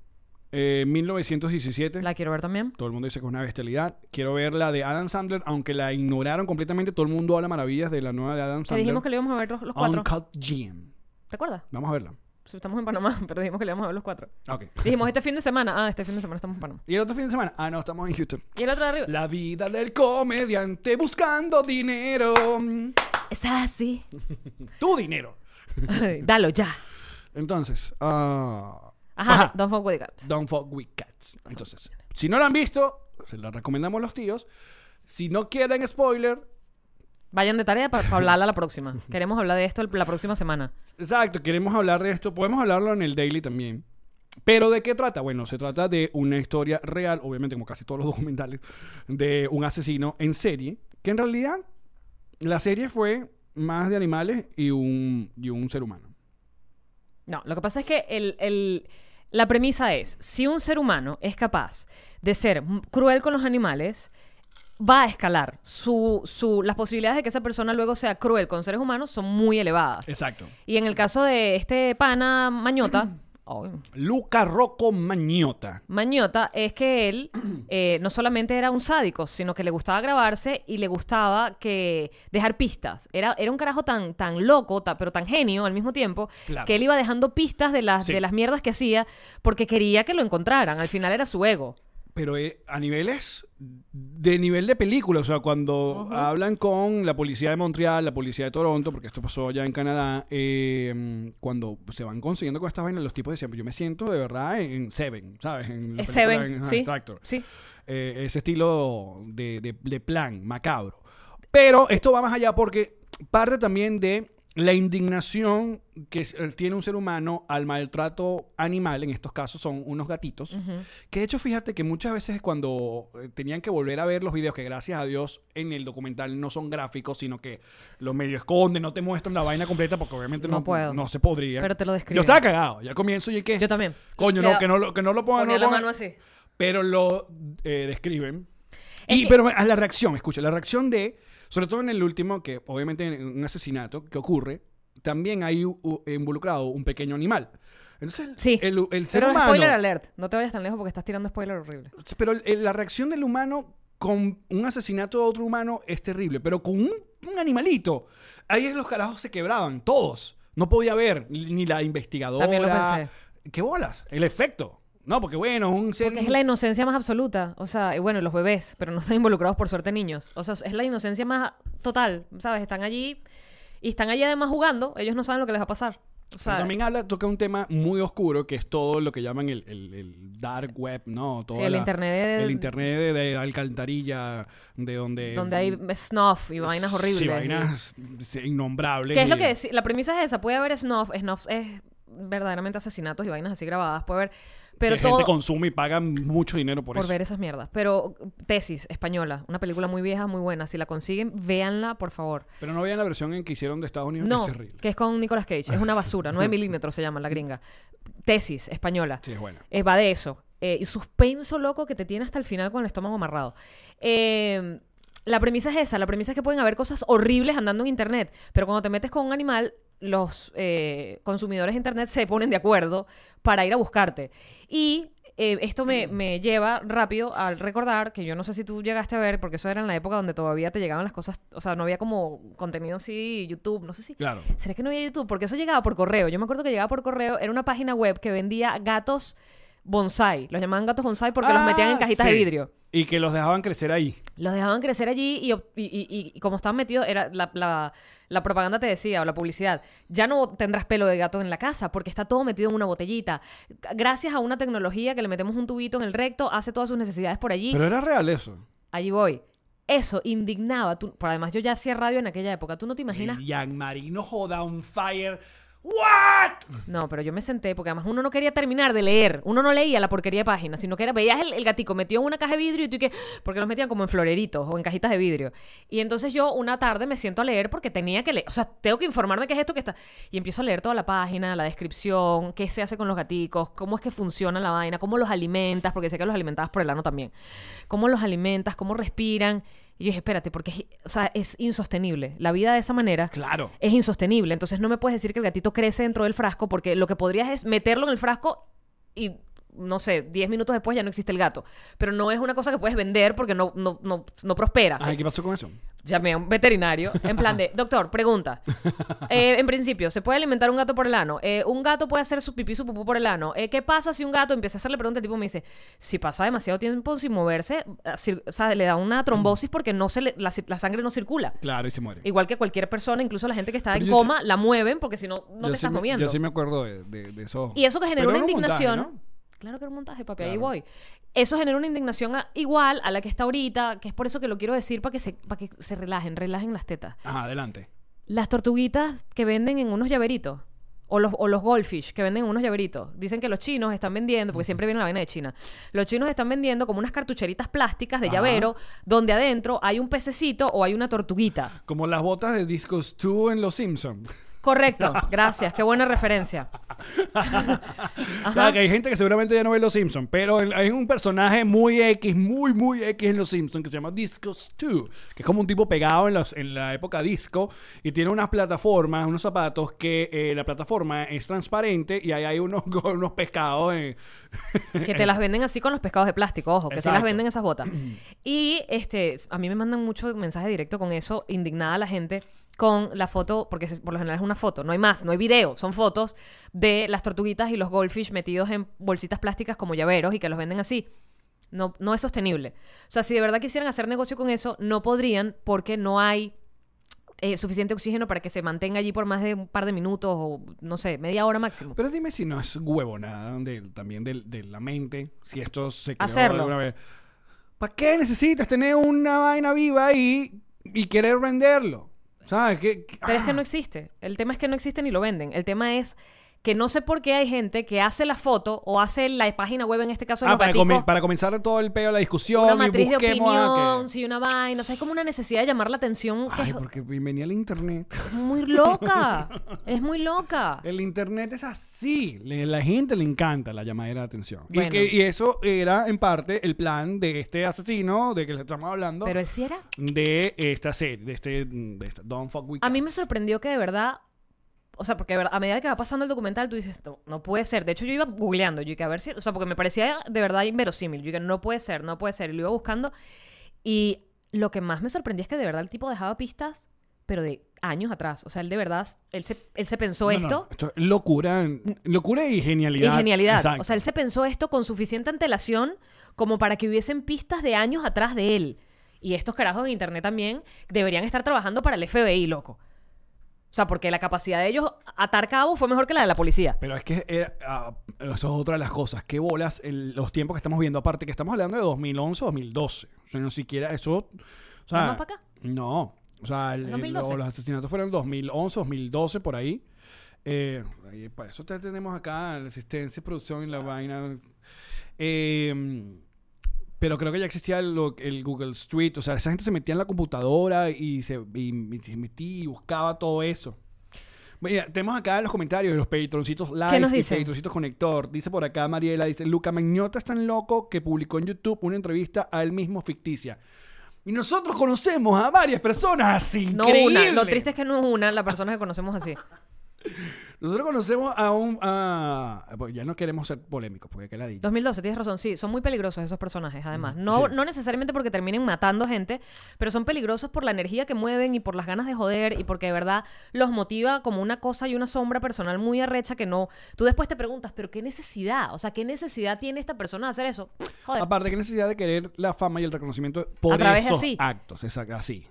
Speaker 1: Eh, 1917.
Speaker 2: La quiero ver también.
Speaker 1: Todo el mundo dice que es una bestialidad. Quiero ver la de Adam Sandler, aunque la ignoraron completamente. Todo el mundo habla maravillas de la nueva de Adam
Speaker 2: Que
Speaker 1: Sandler.
Speaker 2: dijimos que le íbamos a ver los, los cuatro.
Speaker 1: Uncut Gem.
Speaker 2: ¿Te acuerdas?
Speaker 1: Vamos a verla.
Speaker 2: Si estamos en Panamá, *laughs* pero dijimos que le íbamos a ver los cuatro.
Speaker 1: Ok.
Speaker 2: Dijimos este fin de semana. Ah, este fin de semana estamos en Panamá.
Speaker 1: ¿Y el otro fin de semana? Ah, no, estamos en Houston.
Speaker 2: Y el otro de arriba.
Speaker 1: La vida del comediante buscando dinero.
Speaker 2: Es
Speaker 1: *laughs*
Speaker 2: así.
Speaker 1: Tu dinero.
Speaker 2: Ay, Dalo ya.
Speaker 1: Entonces, ah,
Speaker 2: Ajá. Don't fuck with the cats.
Speaker 1: Don't fuck with cats. Entonces, si no la han visto, se la recomendamos a los tíos. Si no quieren spoiler,
Speaker 2: Vayan de tarea para hablarla la
Speaker 1: *laughs*
Speaker 2: próxima. Queremos hablar de esto el- la próxima semana.
Speaker 1: Exacto, queremos hablar de esto. Podemos hablarlo en el daily también. Pero ¿de qué trata? Bueno, se trata de una historia real, obviamente como casi todos los *laughs* documentales, de un asesino en serie, que en realidad la serie fue más de animales y un, y un ser humano.
Speaker 2: No, lo que pasa es que el, el- la premisa es, si un ser humano es capaz de ser m- cruel con los animales, va a escalar. Su, su, las posibilidades de que esa persona luego sea cruel con seres humanos son muy elevadas.
Speaker 1: Exacto.
Speaker 2: Y en el caso de este pana Mañota, oh, ay,
Speaker 1: Luca Rocco Mañota.
Speaker 2: Mañota es
Speaker 1: *clears throat*
Speaker 2: que él eh, no solamente era un sádico, sino que le gustaba grabarse y le gustaba que dejar pistas. Era, era un carajo tan, tan loco, ta- pero tan genio al mismo tiempo,
Speaker 1: Claro.
Speaker 2: que él iba dejando pistas de las,
Speaker 1: Sí.
Speaker 2: de las mierdas que hacía porque quería que lo encontraran. Al final era su ego.
Speaker 1: Pero eh, a niveles de nivel de película, o sea, cuando hablan con la policía de Montreal, la policía de Toronto, porque esto pasó allá en Canadá, eh, cuando se van consiguiendo con estas vainas, los tipos decían, "Pues yo me siento de verdad en Seven, ¿sabes? En la
Speaker 2: Es
Speaker 1: película,
Speaker 2: Seven,
Speaker 1: en- ah,
Speaker 2: sí.
Speaker 1: Exacto.
Speaker 2: Sí.
Speaker 1: Eh, ese estilo de, de- de plan macabro. Pero esto va más allá porque parte también de la indignación que s- eh, tiene un ser humano al maltrato animal, en estos casos son unos gatitos, que de hecho fíjate que muchas veces cuando eh, tenían que volver a ver los videos, que gracias a Dios en el documental no son gráficos, sino que los medio esconden, no te muestran la vaina completa porque obviamente no,
Speaker 2: No puedo.
Speaker 1: no se podría.
Speaker 2: Pero te lo describen.
Speaker 1: Yo estaba cagado, ya al comienzo y que...
Speaker 2: Yo también.
Speaker 1: Coño,
Speaker 2: Le
Speaker 1: no,
Speaker 2: da-
Speaker 1: que no, lo- que no lo pongan. no
Speaker 2: ponía
Speaker 1: lo
Speaker 2: la
Speaker 1: pongan".
Speaker 2: mano así.
Speaker 1: Pero lo eh, describen.
Speaker 2: Es
Speaker 1: Y,
Speaker 2: que-
Speaker 1: Pero a la reacción, escucha, la reacción de, sobre todo en el último, que obviamente en un asesinato que ocurre, también hay u- u- involucrado un pequeño animal. Entonces, el-
Speaker 2: Sí.
Speaker 1: el, el ser
Speaker 2: pero
Speaker 1: humano.
Speaker 2: spoiler alert. No te vayas tan lejos porque estás tirando spoiler horrible.
Speaker 1: Pero el- el- la reacción del humano con un asesinato de otro humano es terrible, pero con un, un animalito, ahí es los carajos se quebraban, todos. No podía ver ni la investigadora.
Speaker 2: También lo pensé.
Speaker 1: ¿Qué bolas? El efecto. No, porque bueno, un ser.
Speaker 2: Porque es la inocencia más absoluta. O sea, y bueno, los bebés, pero no *laughs* están involucrados por suerte niños. O sea, es la inocencia más total, ¿sabes? Están allí y están allí además jugando. Ellos no saben lo que les va a pasar. O
Speaker 1: Pero
Speaker 2: sea,
Speaker 1: también habla, toca un tema muy oscuro que es todo lo que llaman el, el- el dark web, ¿no? Todo
Speaker 2: Sí, el internet de-
Speaker 1: El internet de, de alcantarilla, de donde...
Speaker 2: donde hay snuff y vainas
Speaker 1: Sí,
Speaker 2: horribles.
Speaker 1: vainas sí, innombrables.
Speaker 2: ¿Qué es lo
Speaker 1: y-
Speaker 2: que deci- La premisa es esa. Puede haber snuff. Snuff es verdaderamente asesinatos y vainas así grabadas. Puede haber... Pero
Speaker 1: que
Speaker 2: todo...
Speaker 1: gente consume y paga mucho dinero por,
Speaker 2: por
Speaker 1: eso.
Speaker 2: ver esas mierdas. Pero Tesis, española, una película muy vieja, muy buena. Si la consiguen, véanla, por favor.
Speaker 1: Pero no vean la versión en que hicieron de Estados Unidos,
Speaker 2: No,
Speaker 1: que es terrible. Ah,
Speaker 2: que es con Nicolas Cage. Es una
Speaker 1: *laughs*
Speaker 2: basura. 9 milímetros se llama la gringa. Tesis española.
Speaker 1: Sí, es buena.
Speaker 2: Eh, va de eso. Eh, y suspenso loco que te tiene hasta el final con el estómago amarrado. Eh, la premisa es esa. La premisa es que pueden haber cosas horribles andando en internet. Pero cuando te metes con un animal, los eh, consumidores de internet se ponen de acuerdo para ir a buscarte. Y. eh, esto me, me lleva rápido al recordar que yo no sé si tú llegaste a ver, porque eso era en la época donde todavía te llegaban las cosas, o sea, no había como contenido así, YouTube, no sé si
Speaker 1: Claro.
Speaker 2: ¿Será que no había YouTube? Porque eso llegaba por correo. Yo me acuerdo que llegaba por correo. Era una página web que vendía gatos bonsai. Los llamaban gatos bonsai porque los
Speaker 1: Ah,
Speaker 2: metían en cajitas
Speaker 1: sí.
Speaker 2: de vidrio.
Speaker 1: Y que los dejaban crecer ahí.
Speaker 2: Los dejaban crecer allí y, ob- y- y- y como estaban metidos, era la, la- la propaganda te decía, o la publicidad, ya no tendrás pelo de gato en la casa porque está todo metido en una botellita. Gracias a una tecnología que le metemos un tubito en el recto, hace todas sus necesidades por allí
Speaker 1: Pero era real eso.
Speaker 2: allí voy. Eso indignaba. Tú, por además, yo ya hacía radio en aquella época. ¿Tú no te imaginas?
Speaker 1: Jan Marino joda on fire. ¿What?
Speaker 2: No, pero yo me senté porque además uno no quería terminar de leer. Uno no leía la porquería de página, sino que era, veías el, el gatico metido en una caja de vidrio y tú y que, porque los metían como en floreritos o en cajitas de vidrio. Y entonces yo una tarde me siento a leer porque tenía que leer, o sea, tengo que informarme qué es esto que está. Y empiezo a leer toda la página, la descripción, qué se hace con los gaticos, cómo es que funciona la vaina, cómo los alimentas, porque sé que los alimentabas por el ano también. Cómo los alimentas, cómo respiran. Y yo dije, espérate, porque es, o sea, es insostenible. La vida de esa manera
Speaker 1: Claro.
Speaker 2: es insostenible. Entonces no me puedes decir que el gatito crece dentro del frasco porque lo que podrías es meterlo en el frasco y, no sé, 10 minutos después ya no existe el gato. Pero no es una cosa que puedes vender porque no, no, no, no prospera.
Speaker 1: Ay, ¿qué pasó con eso?
Speaker 2: Llamé a un veterinario en plan de, doctor, pregunta. Eh, en principio, ¿se puede alimentar un gato por el ano? Eh, ¿Un gato puede hacer su pipí, su pupú por el ano? Eh, ¿Qué pasa si un gato empieza a hacerle preguntas? El tipo me dice, si pasa demasiado tiempo sin moverse, eh, cir- o sea, le da una trombosis porque no se le- la, cir- la sangre no circula.
Speaker 1: Claro, y se muere.
Speaker 2: Igual que cualquier persona, incluso la gente que está
Speaker 1: Pero
Speaker 2: en
Speaker 1: yo sí-
Speaker 2: coma, la mueven porque si no, no
Speaker 1: Yo
Speaker 2: te
Speaker 1: sí
Speaker 2: estás
Speaker 1: me-
Speaker 2: moviendo.
Speaker 1: Yo sí me acuerdo de, de, de eso.
Speaker 2: Y eso que generó
Speaker 1: Pero
Speaker 2: una
Speaker 1: era un montaje,
Speaker 2: indignación.
Speaker 1: ¿no?
Speaker 2: Claro que era un montaje, papi, ahí
Speaker 1: Claro.
Speaker 2: voy. Eso genera una indignación a- igual a la que está ahorita, que es por eso que lo quiero decir para que se, para que se relajen, relajen las tetas.
Speaker 1: Ajá, adelante.
Speaker 2: Las tortuguitas que venden en unos llaveritos. O los, o los goldfish que venden en unos llaveritos. Dicen que los chinos están vendiendo, porque siempre viene la vaina de China. Los chinos están vendiendo como unas cartucheritas plásticas de
Speaker 1: Ajá.
Speaker 2: llavero, donde adentro hay un pececito o hay una tortuguita.
Speaker 1: Como las botas de Discos 2 en Los *laughs* Simpsons.
Speaker 2: Correcto, gracias, qué buena referencia.
Speaker 1: Claro, que hay gente que seguramente ya no ve Los Simpsons, pero el- hay un personaje muy X, muy, muy X en Los Simpsons que se llama Discos 2, que es como un tipo pegado en, los, en la época disco y tiene unas plataformas, unos zapatos que eh, la plataforma es transparente y ahí hay unos, *laughs* go- unos pescados. eh.
Speaker 2: Que te las venden así con los pescados de plástico, ojo, que sí las
Speaker 1: Exacto.
Speaker 2: venden esas botas. Y este, a mí me mandan mucho mensaje directo con eso, indignada la gente con la foto, porque se- por lo general es una foto, no hay más, no hay video, son fotos de las tortuguitas y los goldfish metidos en bolsitas plásticas como llaveros y que los venden así. No, no es sostenible. O sea, si de verdad quisieran hacer negocio con eso, no podrían porque no hay eh, suficiente oxígeno para que se mantenga allí por más de un par de minutos o, no sé, media hora máximo.
Speaker 1: Pero dime si no es huevonada del- también del- de, la mente, si esto se creó
Speaker 2: Hacerlo.
Speaker 1: alguna vez. ¿Para qué necesitas tener una vaina viva ahí y querer venderlo? ¿Sabes? qué? qué-
Speaker 2: Pero es que
Speaker 1: ah.
Speaker 2: no existe. El tema es que no existe ni lo venden. El tema es que no sé por qué hay gente que hace la foto o hace la página web, en este caso de
Speaker 1: Ah,
Speaker 2: los
Speaker 1: para,
Speaker 2: gaticos,
Speaker 1: come- para comenzar todo el peo, la discusión.
Speaker 2: una
Speaker 1: y
Speaker 2: matriz de
Speaker 1: busquemos a que-
Speaker 2: opinión, si una vaina. O sea, es como una necesidad de llamar la atención que
Speaker 1: Ay,
Speaker 2: es
Speaker 1: porque venía el internet. *laughs*
Speaker 2: muy loca. es muy loca.
Speaker 1: El internet es así. Le- la gente le encanta la llamadera de atención. Y
Speaker 2: Bueno.
Speaker 1: que- Y, eso era, en parte, el plan de este asesino de que le estamos hablando.
Speaker 2: Pero si era.
Speaker 1: de esta serie, de este. De esta, Don't fuck with
Speaker 2: A mí me
Speaker 1: Cats.
Speaker 2: sorprendió que de verdad. O sea, porque de verdad, a medida que va pasando el documental, tú dices, no, no puede ser. De hecho, yo iba googleando, yo dije, a ver si. O sea, porque me parecía de verdad inverosímil. Yo dije, no puede ser, no puede ser. Y lo iba buscando. Y lo que más me sorprendía es que de verdad el tipo dejaba pistas, pero de años atrás. O sea, él de verdad, él se, él se pensó
Speaker 1: No, no,
Speaker 2: esto.
Speaker 1: esto es locura. Locura y genialidad.
Speaker 2: Y genialidad.
Speaker 1: Exacto.
Speaker 2: O sea, él se pensó esto con suficiente antelación como para que hubiesen pistas de años atrás de él. Y estos carajos de internet también deberían estar trabajando para el FBI, loco. O sea, porque la capacidad de ellos atar cabo fue mejor que la de la policía.
Speaker 1: Pero es que era, ah, eso es otra de las cosas. Qué bolas el- los tiempos que estamos viendo. Aparte que estamos hablando de 2011, 2012. O sea, no siquiera eso... O sea,
Speaker 2: ¿Más para acá?
Speaker 1: No. O sea, el- el-
Speaker 2: 2012.
Speaker 1: los asesinatos fueron 2011, 2012, por ahí. Eh, y para eso te- tenemos acá la asistencia, producción y la vaina. Eh, pero creo que ya existía el, lo- el Google Street. O sea, esa gente se metía en la computadora y se, y- y se metía y buscaba todo eso. Mira, tenemos acá en los comentarios los Patroncitos Live
Speaker 2: ¿Qué nos
Speaker 1: y
Speaker 2: dicen?
Speaker 1: Patroncitos Conector. Dice por acá Mariela, dice, Luca Magnota es tan loco que publicó en YouTube una entrevista a él mismo ficticia. Y nosotros conocemos a varias personas así.
Speaker 2: No
Speaker 1: increíble.
Speaker 2: una. Lo triste es que no es una la persona que conocemos así.
Speaker 1: Nosotros conocemos a un... A... pues Ya no queremos ser polémicos, porque qué la
Speaker 2: 2012, tienes razón, sí, son muy peligrosos esos personajes, además. No,
Speaker 1: sí.
Speaker 2: no necesariamente porque terminen matando gente, pero son peligrosos por la energía que mueven y por las ganas de joder y porque de verdad los motiva como una cosa y una sombra personal muy arrecha que no. Tú después te preguntas, pero ¿qué necesidad? O sea, ¿qué necesidad tiene esta persona de hacer eso? Joder,
Speaker 1: Aparte, qué necesidad de querer la fama y el reconocimiento por
Speaker 2: A través de
Speaker 1: esos
Speaker 2: así.
Speaker 1: actos. Exacto, así.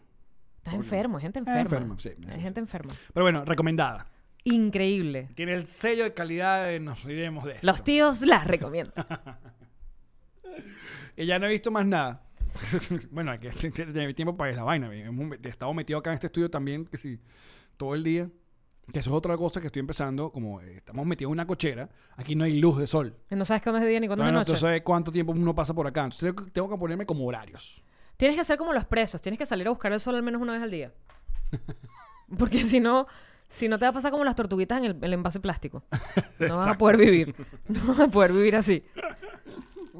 Speaker 2: estás enfermo, es gente
Speaker 1: Está
Speaker 2: enferma.
Speaker 1: enfermo, sí, sí,
Speaker 2: Hay
Speaker 1: sí.
Speaker 2: gente enferma.
Speaker 1: Pero bueno, recomendada.
Speaker 2: Increíble.
Speaker 1: Tiene el sello de calidad de nos riremos de esto.
Speaker 2: Los tíos las recomiendo.
Speaker 1: *laughs* Y ya no he visto más nada. *laughs* bueno, hay *laughs* que tener tiempo para ver la vaina. Hemos- He estado metido acá en este estudio también, que sí, todo el día. Que eso es otra cosa que estoy empezando. Como eh, estamos metidos en una cochera, aquí no hay luz de sol.
Speaker 2: No sabes cuándo es de día ni cuándo es de
Speaker 1: Bueno,
Speaker 2: noche.
Speaker 1: tú sabes cuánto tiempo uno pasa por acá. Entonces tengo que- tengo que ponerme como horarios.
Speaker 2: Tienes que hacer como los presos, tienes que salir a buscar el sol al menos una vez al día. *laughs* Porque si no, si no te va a pasar como las tortuguitas en el, el envase plástico. No vas a poder vivir. No vas a poder vivir así.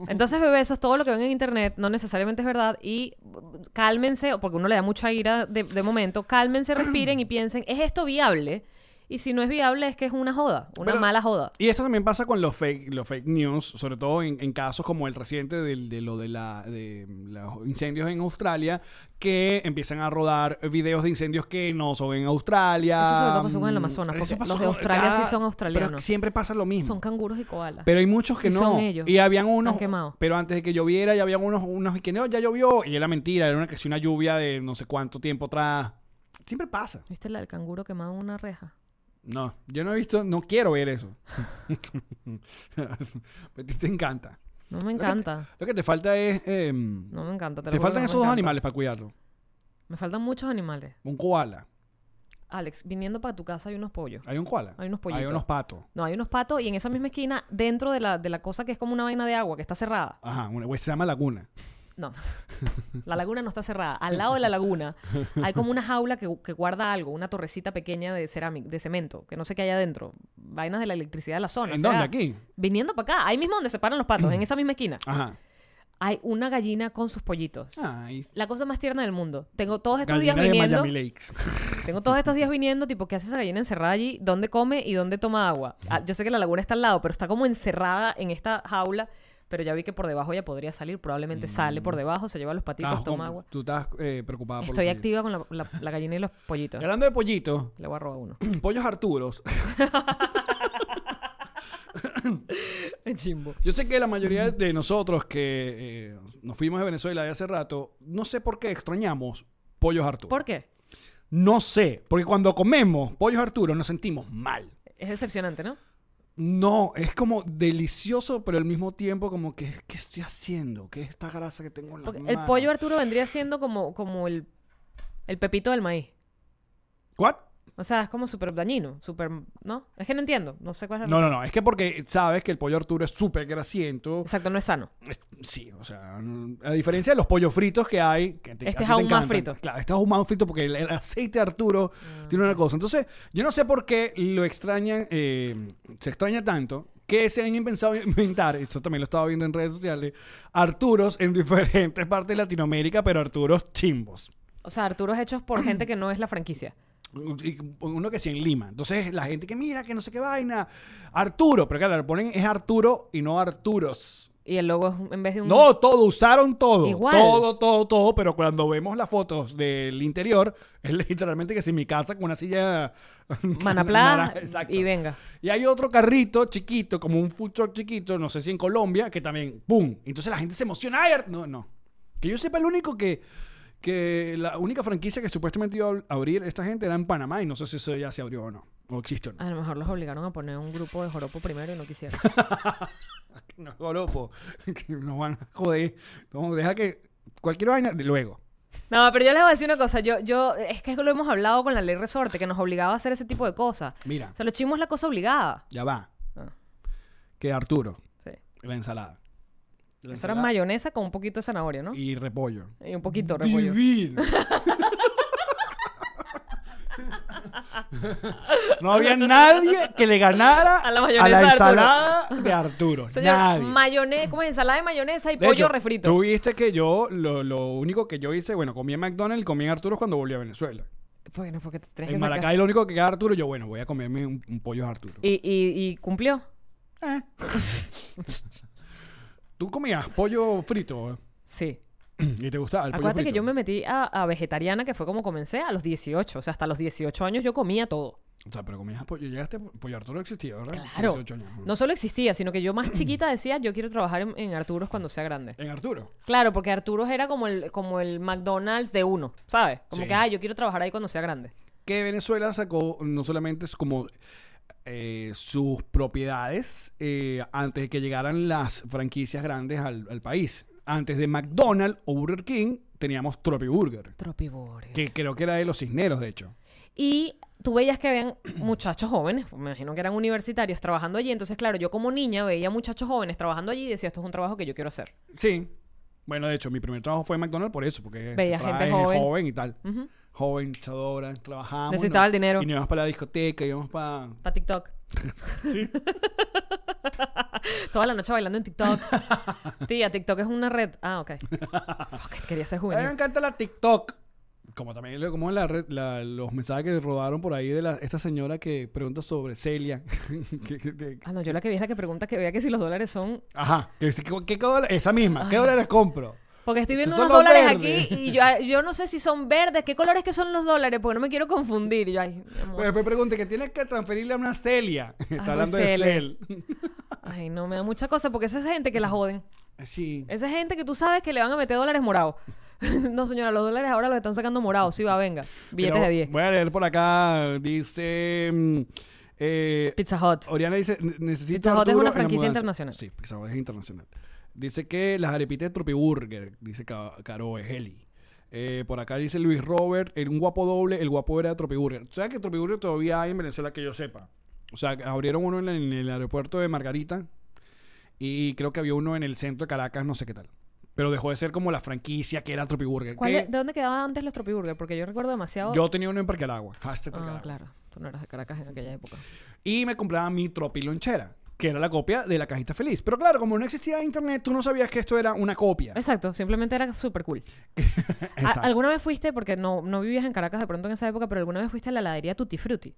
Speaker 2: Entonces, bebé, eso es todo lo que ven en internet, no necesariamente es verdad. Y mm, cálmense, porque uno le da mucha ira de, de
Speaker 1: *clears throat*
Speaker 2: momento, cálmense, respiren y piensen, ¿es esto viable? Y si no es viable, es que es una joda, una
Speaker 1: Pero-
Speaker 2: mala joda.
Speaker 1: Y esto también pasa con los fake, los fake news, sobre todo en, en casos como el reciente del- de, lo de, la, de los incendios en Australia, que empiezan a rodar videos de incendios que no son en Australia. Mm,
Speaker 2: Eso sobre todo pasó con el Amazonas,
Speaker 1: Eso
Speaker 2: porque
Speaker 1: pasó
Speaker 2: los de
Speaker 1: con-
Speaker 2: Australia sí
Speaker 1: cada-
Speaker 2: son australianos.
Speaker 1: Pero siempre pasa lo mismo.
Speaker 2: Son canguros y koalas.
Speaker 1: Pero hay muchos que
Speaker 2: Sí,
Speaker 1: no.
Speaker 2: son ellos.
Speaker 1: Y habían unos.
Speaker 2: quemados.
Speaker 1: Pero antes de que lloviera, ya habían unos, unos que no, ya llovió. Y era mentira, era una, que sí, una lluvia de no sé cuánto tiempo atrás. Siempre pasa.
Speaker 2: ¿Viste la del canguro quemado en una reja?
Speaker 1: No, yo no he visto, no quiero ver eso. *laughs* Pero a ti te encanta.
Speaker 2: No
Speaker 1: Lo
Speaker 2: me
Speaker 1: que te-
Speaker 2: encanta.
Speaker 1: Lo que te falta es. em,
Speaker 2: No me encanta. Te,
Speaker 1: te
Speaker 2: lo juro que
Speaker 1: faltan
Speaker 2: no me
Speaker 1: esos dos
Speaker 2: encanta.
Speaker 1: animales para cuidarlo.
Speaker 2: Me faltan muchos animales.
Speaker 1: Un koala.
Speaker 2: Alex, viniendo para tu casa hay unos pollos.
Speaker 1: Hay un koala.
Speaker 2: Hay unos pollitos.
Speaker 1: Hay unos patos.
Speaker 2: No, hay unos patos y en esa misma esquina, dentro de la, de la cosa que es como una vaina de agua que está cerrada.
Speaker 1: Ajá, una- pues, se llama laguna.
Speaker 2: No, la laguna no está cerrada. Al lado de
Speaker 1: *laughs*
Speaker 2: la laguna hay como una jaula que, que guarda algo, una torrecita pequeña de cerámica, de cemento, que no sé qué hay adentro. Vainas de la electricidad de la zona.
Speaker 1: ¿En
Speaker 2: o sea,
Speaker 1: dónde? ¿Aquí?
Speaker 2: Viniendo para acá, ahí mismo donde se paran los
Speaker 1: *clears throat*
Speaker 2: patos, en esa misma esquina.
Speaker 1: Ajá.
Speaker 2: Hay una gallina con sus pollitos.
Speaker 1: Ay,
Speaker 2: La cosa más tierna del mundo. Tengo todos estos
Speaker 1: Ah. gallina
Speaker 2: días
Speaker 1: de
Speaker 2: viniendo.
Speaker 1: Miami Lakes.
Speaker 2: Tengo todos estos días viniendo, tipo, ¿qué hace esa gallina encerrada allí? ¿Dónde come y dónde toma agua? Ah, yo sé que la laguna está al lado, pero está como encerrada en esta jaula. Pero ya vi que por debajo ella podría salir. Probablemente sale por debajo, se lleva los patitos,
Speaker 1: Estabas
Speaker 2: toma
Speaker 1: con-
Speaker 2: agua.
Speaker 1: Tú estás eh, preocupada Mm. por
Speaker 2: Estoy
Speaker 1: los pollitos.
Speaker 2: activa con la, la- la gallina y los pollitos.
Speaker 1: Hablando de pollitos, *clears throat*
Speaker 2: Le voy a
Speaker 1: *laughs*
Speaker 2: robar uno.
Speaker 1: pollos Arturos. *laughs*
Speaker 2: Chimbo.
Speaker 1: Yo sé que la mayoría de nosotros que eh, nos fuimos de Venezuela de hace rato, no sé por qué extrañamos pollos Arturo.
Speaker 2: ¿Por qué?
Speaker 1: No sé, porque cuando comemos pollos Arturo nos sentimos mal.
Speaker 2: Es decepcionante, ¿no?
Speaker 1: No, es como delicioso, pero al mismo tiempo como que ¿qué estoy haciendo? ¿Qué es esta grasa que tengo en la
Speaker 2: Porque el pollo Arturo vendría siendo como, como el, el pepito del maíz.
Speaker 1: ¿What?
Speaker 2: O sea, es como súper dañino, súper... ¿No? Es que no entiendo. No sé cuál es la
Speaker 1: No, no, no, es que porque sabes que el pollo Arturo es súper grasiento.
Speaker 2: Exacto, no es sano.
Speaker 1: Es- Sí, o sea, n- a diferencia de los pollos fritos que hay, que te, a ti
Speaker 2: Este es
Speaker 1: te
Speaker 2: aún más
Speaker 1: encantan.
Speaker 2: frito.
Speaker 1: Claro, este es aún más frito porque el, el aceite de Arturo tiene una cosa. Entonces, yo no sé por qué lo extrañan, eh, se extraña tanto que se han pensado inventar, esto también lo estaba viendo en redes sociales, Arturos en *laughs* diferentes partes de Latinoamérica, pero Arturos chimbos.
Speaker 2: O sea, Arturo es hecho por gente que no es la franquicia.
Speaker 1: Y Uno que sí en Lima. Entonces, la gente que mira, que no sé qué vaina. Arturo, pero claro, le ponen es Arturo y no Arturos.
Speaker 2: Y el logo es un- en vez de un...
Speaker 1: No, todo, usaron todo.
Speaker 2: Mm. Igual.
Speaker 1: Todo, todo, todo, pero cuando vemos las fotos del interior, es literalmente que si mi casa con una silla...
Speaker 2: *laughs*
Speaker 1: *laughs*
Speaker 2: Manaplá
Speaker 1: naranja, exacto.
Speaker 2: y venga.
Speaker 1: Y hay otro carrito chiquito, como un food truck chiquito, no sé si en Colombia, que también, ¡pum! Entonces la gente se emociona. ¡Ay, Ar- No, no. Que yo sepa, el único que... Que la única franquicia que supuestamente iba a abrir esta gente era en Panamá y no sé si eso ya se abrió o no. O existe o no.
Speaker 2: A lo mejor los obligaron a poner un grupo de joropo primero y no quisieron. *laughs*
Speaker 1: No, golopo. *laughs* Que Nos van a joder. No, deja que cualquier vaina, de luego.
Speaker 2: No, pero yo les voy a decir una cosa. Yo, yo, es que lo hemos hablado con la ley resorte, que nos obligaba a hacer ese tipo de cosas.
Speaker 1: Mira.
Speaker 2: O sea, los chimos es la cosa obligada.
Speaker 1: Ya va.
Speaker 2: Ah.
Speaker 1: Que Arturo,
Speaker 2: Sí.
Speaker 1: la ensalada. La
Speaker 2: Eso era mayonesa con un poquito de zanahoria, ¿no? Y,
Speaker 1: y repollo.
Speaker 2: un poquito de repollo.
Speaker 1: Divino. no había nadie que le ganara
Speaker 2: A la
Speaker 1: a la
Speaker 2: mayonesa de Arturo.
Speaker 1: ensalada de Arturo.
Speaker 2: Señor,
Speaker 1: nadie.
Speaker 2: mayonesa, ¿cómo es? Ensalada de mayonesa y
Speaker 1: De
Speaker 2: pollo
Speaker 1: hecho,
Speaker 2: refrito.
Speaker 1: Tú viste que yo, lo, lo único que yo hice, bueno, comí en McDonald's y comí en Arturo cuando volví a Venezuela.
Speaker 2: Bueno, porque te tenés que
Speaker 1: En
Speaker 2: sacar-
Speaker 1: Maracay lo único que queda Arturo, yo, bueno, voy a comerme un, un pollo de Arturo.
Speaker 2: Y, y, y cumplió.
Speaker 1: Eh. *laughs* ¿Tú comías pollo frito? *clears throat*
Speaker 2: Sí.
Speaker 1: ¿Y te gustaba el pollo
Speaker 2: Acuérdate que
Speaker 1: frito?
Speaker 2: yo me metí a, a vegetariana, que fue como comencé, a los 18. O sea, hasta los 18 años yo comía todo.
Speaker 1: O sea, pero comías pollo. Llegaste, pollo Arturo existía, ¿verdad?
Speaker 2: Claro.
Speaker 1: 18 años.
Speaker 2: No solo existía, sino que yo más chiquita decía, yo quiero trabajar en, en Arturos cuando sea grande.
Speaker 1: En Arturo.
Speaker 2: Claro, porque Arturos era como el, como el McDonald's de uno, ¿sabes? Como
Speaker 1: Sí.
Speaker 2: que, ah, yo quiero trabajar ahí cuando sea grande.
Speaker 1: Que Venezuela sacó no solamente es como eh, sus propiedades eh, antes de que llegaran las franquicias grandes al, al país. Antes de McDonald's o Burger King teníamos Tropi Burger,
Speaker 2: Tropibores.
Speaker 1: que creo que era de los cisneros, de hecho.
Speaker 2: Y tú veías que habían *clears throat* muchachos jóvenes, me imagino que eran universitarios, trabajando allí. Entonces, claro, yo como niña veía muchachos jóvenes trabajando allí y decía, esto es un trabajo que yo quiero hacer.
Speaker 1: Sí. Bueno, de hecho, mi primer trabajo fue en McDonald's por eso, porque
Speaker 2: Veía
Speaker 1: siempre
Speaker 2: gente
Speaker 1: era
Speaker 2: joven.
Speaker 1: y tal.
Speaker 2: Ujú.
Speaker 1: Joven, chadora, trabajábamos.
Speaker 2: Necesitaba
Speaker 1: ¿no?
Speaker 2: el dinero.
Speaker 1: Y nos íbamos para la discoteca, íbamos para...
Speaker 2: Para TikTok.
Speaker 1: Sí.
Speaker 2: Toda la noche bailando en TikTok. Tía, TikTok es una red. Ah, ok. Fuck, it, quería ser
Speaker 1: A mí me
Speaker 2: juvenil.
Speaker 1: encanta la TikTok. Como también lo- como la, red- la- los mensajes que rodaron por ahí de la- esta señora que pregunta sobre Celia. *laughs* Que- que- que-
Speaker 2: Ah, no, yo la que vi es la que pregunta que vea que si los dólares son.
Speaker 1: ajá. que- que- que- que dólar- esa misma. ¿Qué dólares compro?
Speaker 2: Porque estoy viendo
Speaker 1: Esos
Speaker 2: unos
Speaker 1: son los
Speaker 2: dólares
Speaker 1: verdes.
Speaker 2: aquí y yo, yo no sé si son verdes. ¿Qué colores que son los dólares? Porque no me quiero confundir. Y yo, ay, mi amor.
Speaker 1: Pues, Pero después pregunta que tienes que transferirle a una Celia. *laughs* Está
Speaker 2: Ay,
Speaker 1: hablando
Speaker 2: pues,
Speaker 1: de
Speaker 2: Celia.
Speaker 1: Cel.
Speaker 2: Ay, no, me da mucha cosa porque esa es gente que la joden.
Speaker 1: Sí.
Speaker 2: Esa es gente que tú sabes que le van a meter dólares morados. *laughs* no, señora, los dólares ahora los están sacando morados. Sí, va, venga. Billetes
Speaker 1: Mira,
Speaker 2: de 10.
Speaker 1: Voy a leer por acá. Dice. mm, eh,
Speaker 2: Pizza Hut.
Speaker 1: Oriana dice: "Ne- Necesito.
Speaker 2: Pizza Hut es
Speaker 1: Arturo
Speaker 2: una
Speaker 1: en la
Speaker 2: franquicia
Speaker 1: mudanza".
Speaker 2: internacional.
Speaker 1: Sí, Pizza Hut es internacional. Dice que las arepitas de Tropiburger, dice Ca- Caro Egeli. Eh, por acá dice Luis Robert, en un guapo doble, el guapo era de Tropiburger. ¿Sabes que Tropiburger todavía hay en Venezuela que yo sepa? O sea, que abrieron uno en el- en el aeropuerto de Margarita y creo que había uno en el centro de Caracas, no sé qué tal. Pero dejó de ser como la franquicia que era Tropiburger.
Speaker 2: ¿Cuál
Speaker 1: que
Speaker 2: es- ¿De dónde quedaban antes los Tropiburger? Porque yo recuerdo demasiado.
Speaker 1: Yo tenía uno en Parque Aragua. Hashtag Parque
Speaker 2: Ah,
Speaker 1: Aragua.
Speaker 2: claro. Tú no eras de Caracas en aquella época.
Speaker 1: Y me compraba mi tropilonchera, que era la copia de la cajita feliz. Pero claro, como no existía internet, tú no sabías que esto era una copia. *laughs*
Speaker 2: Exacto, simplemente era súper cool. Pues, A-
Speaker 1: Exacto.
Speaker 2: ¿Alguna vez fuiste, porque no, no vivías en Caracas de pronto en esa época, pero alguna vez fuiste a la heladería Tutti Frutti?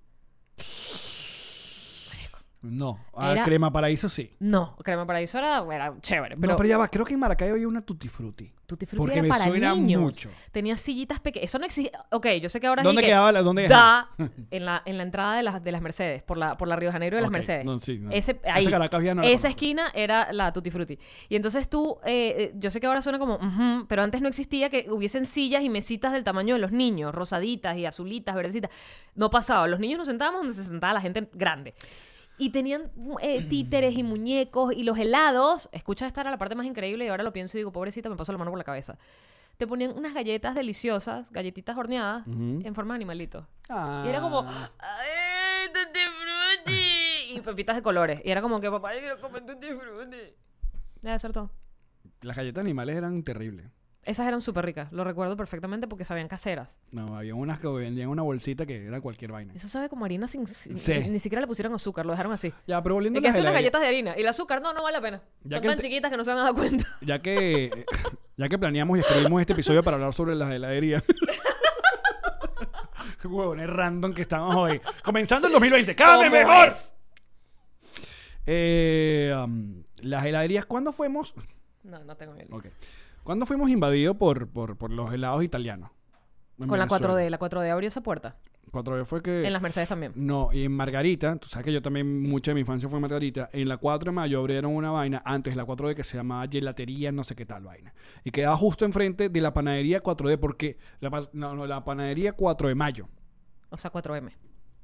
Speaker 1: No, a
Speaker 2: Era-
Speaker 1: Crema Paraíso sí.
Speaker 2: No, Crema Paraíso era, era chévere, pero
Speaker 1: no, pero ya va, creo que en Maracaibo había una Tutti Frutti.
Speaker 2: Tutti Frutti
Speaker 1: porque
Speaker 2: era
Speaker 1: me
Speaker 2: para
Speaker 1: suena
Speaker 2: niños.
Speaker 1: mucho.
Speaker 2: Tenía sillitas pequeñas. Eso no existía. Ok, yo sé que ahora es
Speaker 1: ¿Dónde
Speaker 2: y que
Speaker 1: quedaba la- dónde-
Speaker 2: Da *laughs* en la, en la entrada de las, de las Mercedes, por la, por la Río de Janeiro de las
Speaker 1: Ok,
Speaker 2: Mercedes.
Speaker 1: no, sí, no.
Speaker 2: Ese,
Speaker 1: Esa
Speaker 2: ahí,
Speaker 1: Caracas ya no la
Speaker 2: esa
Speaker 1: conozco.
Speaker 2: esquina era la Tutti Frutti. Y entonces tú, eh, eh, yo sé que ahora suena como, "Ujú", pero antes no existía que hubiesen sillas y mesitas del tamaño de los niños, rosaditas y azulitas, verdecitas. No pasaba. Los niños nos sentábamos donde se sentaba la gente grande. Y tenían eh, títeres y muñecos y los helados. Escucha, esta era la parte más increíble y ahora lo pienso y digo, pobrecita, me pasó la mano por la cabeza. Te ponían unas galletas deliciosas, galletitas horneadas, en forma de animalito. Eh, Y
Speaker 1: Ah,
Speaker 2: era como, ¡ah! ¡ay, tutti frutti! Y pepitas de colores. Y era como que, papá, yo quiero comer tutti frutti. Debe ser todo.
Speaker 1: Las galletas animales eran terribles.
Speaker 2: Esas eran súper ricas, lo recuerdo perfectamente porque sabían caseras.
Speaker 1: No, había unas que vendían una bolsita que era cualquier vaina.
Speaker 2: Eso sabe como harina sin... sin-
Speaker 1: Sí.
Speaker 2: Ni siquiera le pusieron azúcar, lo dejaron así.
Speaker 1: Ya, pero volviendo
Speaker 2: Y
Speaker 1: a
Speaker 2: que
Speaker 1: las
Speaker 2: esto unas
Speaker 1: heladerías.
Speaker 2: galletas de harina. Y el azúcar, no, no vale la pena.
Speaker 1: Ya
Speaker 2: Son
Speaker 1: que
Speaker 2: tan
Speaker 1: te-
Speaker 2: chiquitas que no se van a dar cuenta.
Speaker 1: Ya que, ya que planeamos y escribimos este episodio para hablar sobre las heladerías. *laughs* Huevones random que estamos hoy. Comenzando el 2020. ¡Cállame
Speaker 2: ¿Cómo
Speaker 1: mejor!
Speaker 2: es?
Speaker 1: Eh, um, las heladerías, ¿cuándo fuimos?
Speaker 2: No, no tengo ni idea.
Speaker 1: Ok. ¿Cuándo fuimos invadidos por, por, por los helados italianos? En
Speaker 2: Con la
Speaker 1: Venezuela.
Speaker 2: 4D, la 4D abrió esa puerta.
Speaker 1: 4D fue que.
Speaker 2: En las Mercedes también.
Speaker 1: No, y en Margarita, tú sabes que yo también, mucha de mi infancia fue en Margarita, en la 4 de mayo abrieron una vaina, antes de la 4 de que se llamaba gelatería, no sé qué tal vaina. Y quedaba justo enfrente de la panadería 4D, porque la, pa- no, no, la panadería 4 de mayo.
Speaker 2: O sea, 4M.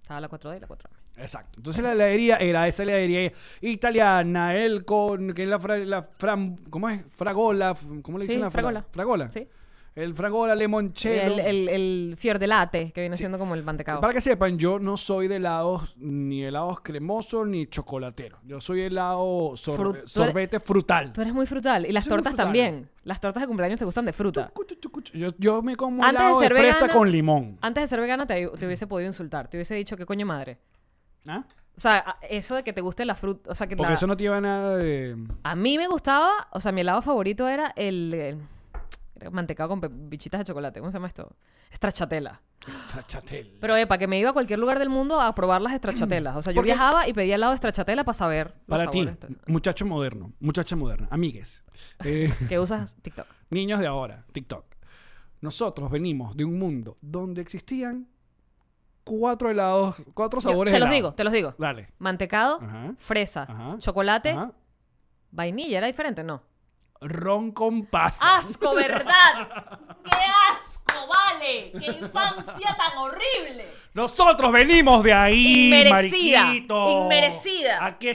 Speaker 2: Estaba la 4D y la 4M.
Speaker 1: Exacto. Entonces la heladería era esa heladería italiana, el con, que es la, fra- la fran- ¿cómo es? Fragola, f- ¿cómo le
Speaker 2: Sí,
Speaker 1: dicen la fra-
Speaker 2: fragola.
Speaker 1: Fragola.
Speaker 2: Sí.
Speaker 1: El fragola, limoncello.
Speaker 2: El, el, el fior de latte, que viene siendo como el mantecado.
Speaker 1: Para que sepan, yo no soy de helados, ni helados cremosos, ni chocolateros. Yo soy helado sor-
Speaker 2: Fru- tú eres-
Speaker 1: sorbete frutal.
Speaker 2: Tú eres muy frutal. Y las
Speaker 1: Soy muy
Speaker 2: tortas
Speaker 1: frutal.
Speaker 2: también. Las tortas de cumpleaños te gustan de fruta.
Speaker 1: Chucu, chucu, chucu. Yo, yo me como
Speaker 2: Antes de
Speaker 1: helado de,
Speaker 2: ser
Speaker 1: fresa
Speaker 2: vegana- Ah,
Speaker 1: con limón.
Speaker 2: Antes de ser vegana te, te hubiese podido insultar. Te hubiese dicho, ¿qué coño madre?
Speaker 1: ¿Ah?
Speaker 2: O sea, a- eso de que te guste la fruta. O sea, que
Speaker 1: Porque
Speaker 2: la-
Speaker 1: eso no lleva nada de...
Speaker 2: A mí me gustaba, o sea, mi helado favorito era el, el- era mantecado con pe- bichitas de chocolate. ¿Cómo se llama esto? Stracciatella.
Speaker 1: Trachatel.
Speaker 2: Pero epa, que me iba a cualquier lugar del mundo a probar las stracciatelas. O sea, yo
Speaker 1: Porque-
Speaker 2: viajaba y pedía helado de stracciatella para saber los
Speaker 1: Para ti,
Speaker 2: sabores.
Speaker 1: muchacho moderno, muchacha moderna, amigues,
Speaker 2: *laughs*
Speaker 1: eh,
Speaker 2: Que usas TikTok.
Speaker 1: niños de ahora, TikTok. Nosotros venimos de un mundo donde existían cuatro helados, cuatro *laughs*
Speaker 2: Yo-
Speaker 1: sabores
Speaker 2: te
Speaker 1: de
Speaker 2: los
Speaker 1: helado.
Speaker 2: digo, te los digo.
Speaker 1: Dale.
Speaker 2: Mantecado,
Speaker 1: Ajá.
Speaker 2: fresa,
Speaker 1: Ajá.
Speaker 2: chocolate,
Speaker 1: Ajá.
Speaker 2: vainilla. ¿Era
Speaker 1: *laughs*
Speaker 2: diferente? No.
Speaker 1: Ron con pasa.
Speaker 2: ¡Asco, verdad! ¡Qué asco, vale! ¡Qué infancia tan horrible!
Speaker 1: Nosotros venimos de ahí,
Speaker 2: Inmerecida,
Speaker 1: mariquito.
Speaker 2: inmerecida.
Speaker 1: Aquí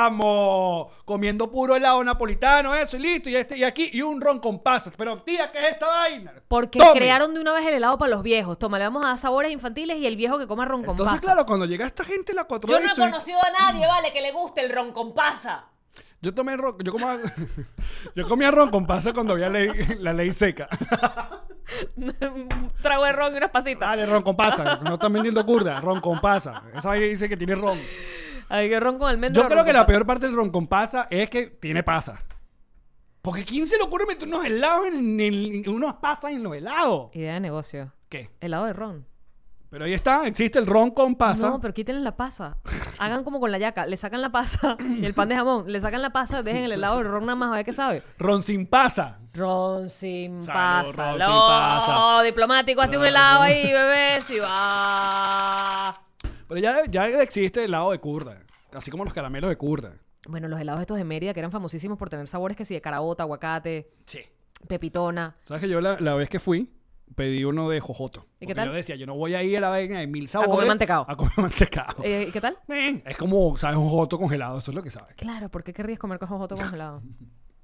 Speaker 1: estamos, comiendo puro helado napolitano, eso y listo. Y, este, y aquí, y un ron con pasas. Pero tía, ¿qué es esta vaina?
Speaker 2: Porque
Speaker 1: Tome.
Speaker 2: crearon de una vez el helado para los viejos. Toma, le vamos a dar sabores infantiles y el viejo que coma ron con
Speaker 1: Entonces,
Speaker 2: pasa.
Speaker 1: claro, cuando llega esta gente, la 4
Speaker 2: Yo no he conocido a nadie, vale, que le guste el ron con pasa.
Speaker 1: Yo tomé ron, yo comía, *laughs* yo comía ron con pasas cuando había ley- la ley seca.
Speaker 2: *laughs* Un trago de ron y unas pasitas.
Speaker 1: Dale, ron con pasas. No están vendiendo curda, ron con pasas. Esa vaina dice que tiene ron.
Speaker 2: Ay, qué ron con almendra.
Speaker 1: Yo creo que la
Speaker 2: ron con-
Speaker 1: peor parte del ron con pasa es que tiene pasa. Porque ¿quién se le ocurre meter unos helados en, el- en unos pasas en los helados?
Speaker 2: Idea de negocio.
Speaker 1: ¿Qué?
Speaker 2: Helado de ron.
Speaker 1: Pero ahí está, existe el ron con pasa.
Speaker 2: No, pero quítenle la pasa. Hagan como con la yaca. Le sacan la pasa y el pan de jamón. Le sacan la pasa, dejen el helado de ron nada más a ver qué sabe.
Speaker 1: Ron sin pasa.
Speaker 2: Ron sin
Speaker 1: Salud,
Speaker 2: pasa.
Speaker 1: ron
Speaker 2: no,
Speaker 1: sin pasa.
Speaker 2: diplomático, hazte un helado ahí, bebé. Si va.
Speaker 1: Pero ya, ya existe el helado de curda. Así como los caramelos de curda.
Speaker 2: Bueno, los helados estos de Mérida que eran famosísimos por tener sabores que sí, de carabota, aguacate,
Speaker 1: Sí.
Speaker 2: pepitona.
Speaker 1: ¿Sabes que yo la, la vez que fui, pedí uno de jojoto?
Speaker 2: ¿Y
Speaker 1: ¿Y
Speaker 2: qué tal?
Speaker 1: Yo decía, yo no voy a ir a la vaina de mil sabores.
Speaker 2: mantecado.
Speaker 1: A comer mantecado.
Speaker 2: Eh, ¿Qué tal?
Speaker 1: Eh, es como, ¿sabes? Un jojoto congelado, eso es lo que sabes.
Speaker 2: Claro, ¿por qué querrías
Speaker 1: *laughs*
Speaker 2: comer cojojoto congelado?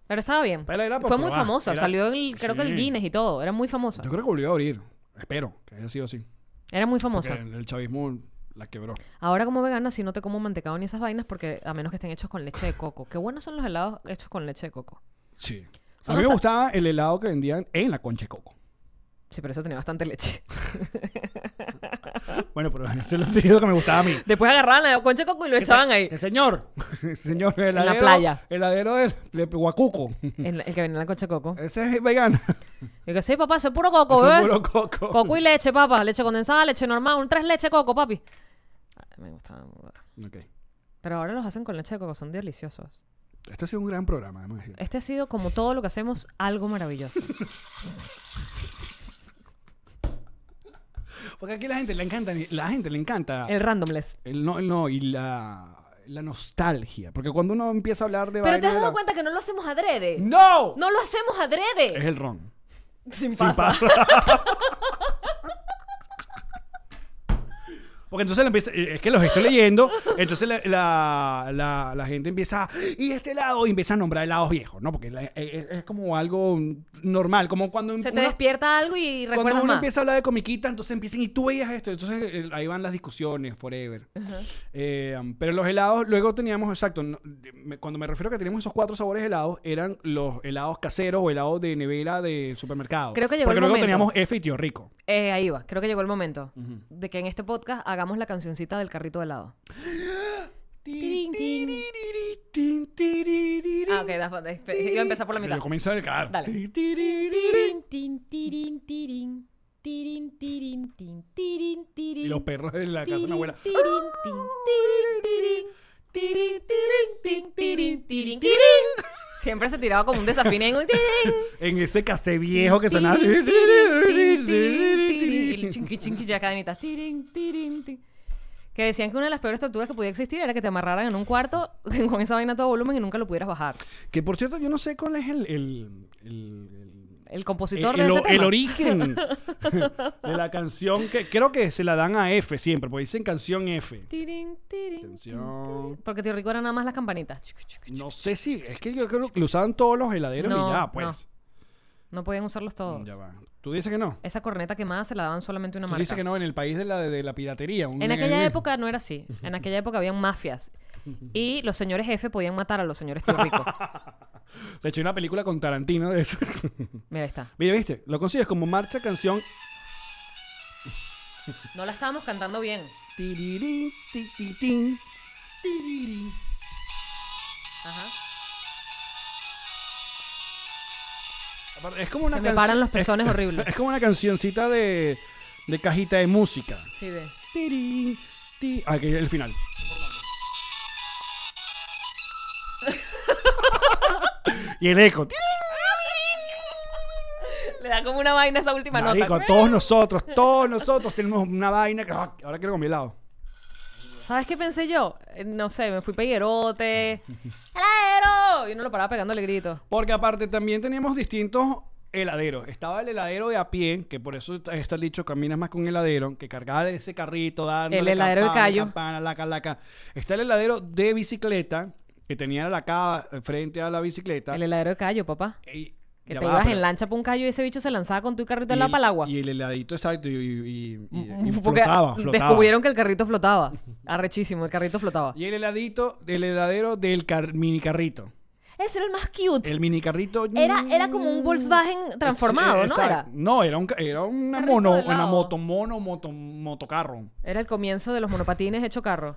Speaker 2: Pero estaba bien.
Speaker 1: Pero era por
Speaker 2: Fue muy
Speaker 1: probar,
Speaker 2: famosa.
Speaker 1: era-
Speaker 2: Salió, el, creo que el
Speaker 1: Sí.
Speaker 2: Guinness y todo. Era muy famosa.
Speaker 1: Yo creo que volvió a abrir. Espero que haya sido así.
Speaker 2: Era muy
Speaker 1: Porque
Speaker 2: famosa.
Speaker 1: el, el chavismo la quebró.
Speaker 2: Ahora como vegana si no te como mantecado ni esas vainas porque a menos que estén hechos con leche de coco. Qué buenos son los helados hechos con leche de coco.
Speaker 1: Sí. O sea,
Speaker 2: Son
Speaker 1: a mí
Speaker 2: basta-
Speaker 1: me gustaba el helado que vendían en la concha de coco.
Speaker 2: Sí, pero eso tenía bastante leche. *laughs*
Speaker 1: Bueno, pero *laughs* esto es lo seguido que me gustaba a mí.
Speaker 2: Después agarraban la concha de coco y lo *laughs*
Speaker 1: *laughs*
Speaker 2: echaban ahí.
Speaker 1: Este señor. señor heladero.
Speaker 2: playa.
Speaker 1: Heladero de, de Huacuco.
Speaker 2: El, el que venía en la concha de coco.
Speaker 1: Ese es vegano. *laughs*
Speaker 2: Yo que sí, papá, eso es puro coco,
Speaker 1: Eso es
Speaker 2: bebé.
Speaker 1: puro coco.
Speaker 2: Coco y leche, papá. Leche condensada, leche normal. Un tres leche de coco, papi. Ay, Me gustaban.
Speaker 1: Ok.
Speaker 2: Pero ahora los hacen con leche de coco. Son deliciosos.
Speaker 1: Este ha sido un gran programa, debemos decir.
Speaker 2: Este ha sido, como todo lo que hacemos, algo maravilloso.
Speaker 1: Porque aquí la gente le encanta, la gente le encanta.
Speaker 2: El randomless.
Speaker 1: El no, el no, y la, la nostalgia. Porque cuando uno empieza a hablar de.
Speaker 2: Pero te
Speaker 1: vaina
Speaker 2: has
Speaker 1: de
Speaker 2: dado
Speaker 1: la-
Speaker 2: cuenta que no lo hacemos adrede.
Speaker 1: ¡No!
Speaker 2: No lo hacemos adrede.
Speaker 1: Es el ron.
Speaker 2: Sin
Speaker 1: Sin
Speaker 2: pasa.
Speaker 1: pasa. *laughs* Porque entonces le empieza, es que los estoy leyendo, entonces la, la- la- la gente empieza, y este lado, y empieza a nombrar helados viejos, ¿no? Porque la- es, es como algo normal, como cuando
Speaker 2: Se te
Speaker 1: uno-
Speaker 2: despierta algo y
Speaker 1: cuando
Speaker 2: recuerdas
Speaker 1: uno
Speaker 2: más.
Speaker 1: empieza a hablar de comiquitas, entonces empiezan y tú veías esto, entonces eh, ahí van las discusiones forever. Eh, um, pero los helados, luego teníamos, exacto, no- de- me- cuando me refiero a que teníamos esos cuatro sabores helados, eran los helados caseros o helados de nevera de supermercado.
Speaker 2: Creo que llegó
Speaker 1: Porque
Speaker 2: el
Speaker 1: luego
Speaker 2: momento.
Speaker 1: teníamos F y Tío Rico.
Speaker 2: Eh, ahí va. Creo que llegó el momento de que en este podcast hagamos la cancioncita del carrito de helado. Tirin, tin. Ah, ok, das, das- iba a empezar por la mitad.
Speaker 1: Yo comienzo a dedicar.
Speaker 2: Dale.
Speaker 1: Ti, ti, ri, ri, ri.
Speaker 2: Tirin, tin, tirin, tirin, tirin, tirin, tin, tirin, tirin,
Speaker 1: Y los perros de la casa de mi abuela.
Speaker 2: tirin, tin, tirin, tirin, tirin, tirin, tirin, tirin, tirin. Siempre se tiraba como un desafío en un tirin.
Speaker 1: En ese casé viejo que sonaba.
Speaker 2: Tirin, tirin, tirin, tirin.
Speaker 1: *laughs*
Speaker 2: Y el chinqui, chinqui, ya cadenitas. Tirin, tirin, tin. Que decían que una de las peores torturas que podía existir era que te amarraran en un cuarto *laughs* con esa vaina a todo volumen y nunca lo pudieras bajar.
Speaker 1: Que por cierto, yo no sé cuál es el- el- el, el
Speaker 2: El compositor
Speaker 1: el,
Speaker 2: de
Speaker 1: Eh, el-
Speaker 2: ese
Speaker 1: el
Speaker 2: tema. *laughs*
Speaker 1: origen de la canción que creo que se la dan a F siempre, porque dicen canción F.
Speaker 2: Tirin, tirin, tin,
Speaker 1: Canción.
Speaker 2: tirin. Porque Tío Rico era nada más las campanitas. Chuc, chuc, chuc.
Speaker 1: No sé si, es que yo creo que lo usaban todos los heladeros
Speaker 2: No,
Speaker 1: y ya, pues.
Speaker 2: No podían usarlos todos.
Speaker 1: Ya va. Tú dices que no.
Speaker 2: Esa corneta quemada se la daban solamente una
Speaker 1: Tú
Speaker 2: marca.
Speaker 1: dices que no en el país de la, de la piratería. un-
Speaker 2: En aquella
Speaker 1: eh,
Speaker 2: época no era
Speaker 1: *laughs*
Speaker 2: así. En aquella época habían mafias. Y los señores F podían matar a los señores Tío
Speaker 1: *laughs*
Speaker 2: Rico.
Speaker 1: De hecho, hay una película con Tarantino de eso. *laughs*
Speaker 2: Mira, ahí está.
Speaker 1: Mira, viste, lo consigues como marcha canción.
Speaker 2: No la estábamos cantando bien.
Speaker 1: Tirirín, ti, ti, tin, tirirín.
Speaker 2: Ajá.
Speaker 1: Aparte, Es como una
Speaker 2: Se me
Speaker 1: canci-
Speaker 2: paran los
Speaker 1: es-
Speaker 2: *laughs* pezones horribles.
Speaker 1: Es, como una cancioncita de, de cajita de música.
Speaker 2: Sí, de...
Speaker 1: Tirín, ti- Ah, que el final. y el eco.
Speaker 2: Le da como una vaina esa última
Speaker 1: Marico,
Speaker 2: nota.
Speaker 1: todos nosotros, todos nosotros tenemos una vaina que ah, ahora quiero con mi helado.
Speaker 2: ¿Sabes qué pensé yo? Eh, No sé, me
Speaker 1: *laughs*
Speaker 2: fui peguerote. ¡Heladero! Y uno lo paraba pegándole gritos.
Speaker 1: Porque aparte también teníamos distintos heladeros. Estaba el heladero de a pie, que por eso está- está el dicho caminas más con heladero, que cargaba ese carrito dando
Speaker 2: El heladero de
Speaker 1: campana,
Speaker 2: callo.
Speaker 1: campana, laca, laca. Está el heladero de bicicleta, que tenía la cava frente a la bicicleta.
Speaker 2: El heladero de callo, papá.
Speaker 1: Ey,
Speaker 2: Que
Speaker 1: ya
Speaker 2: te
Speaker 1: va,
Speaker 2: ibas
Speaker 1: pero-
Speaker 2: en lancha para un callo y ese bicho se lanzaba con tu carrito
Speaker 1: y
Speaker 2: en la
Speaker 1: el-
Speaker 2: palagua. Mm,
Speaker 1: Y el heladito, exacto, y, y- y- y- y
Speaker 2: Porque mm,
Speaker 1: flotaba, flotaba.
Speaker 2: Descubrieron que el carrito flotaba. Arrechísimo, el carrito flotaba.
Speaker 1: Y el heladito, el heladero del car- mini carrito.
Speaker 2: Ese era el más cute.
Speaker 1: El minicarrito. Mm.
Speaker 2: Era, era como un Volkswagen transformado,
Speaker 1: Sí,
Speaker 2: ¿no?
Speaker 1: exacto.
Speaker 2: Era,
Speaker 1: No, era, un, ca- era una
Speaker 2: Carrito
Speaker 1: mono,
Speaker 2: de lado.
Speaker 1: una moto, mono, moto, motocarro.
Speaker 2: era el comienzo de los monopatines hecho
Speaker 1: *laughs*
Speaker 2: carro.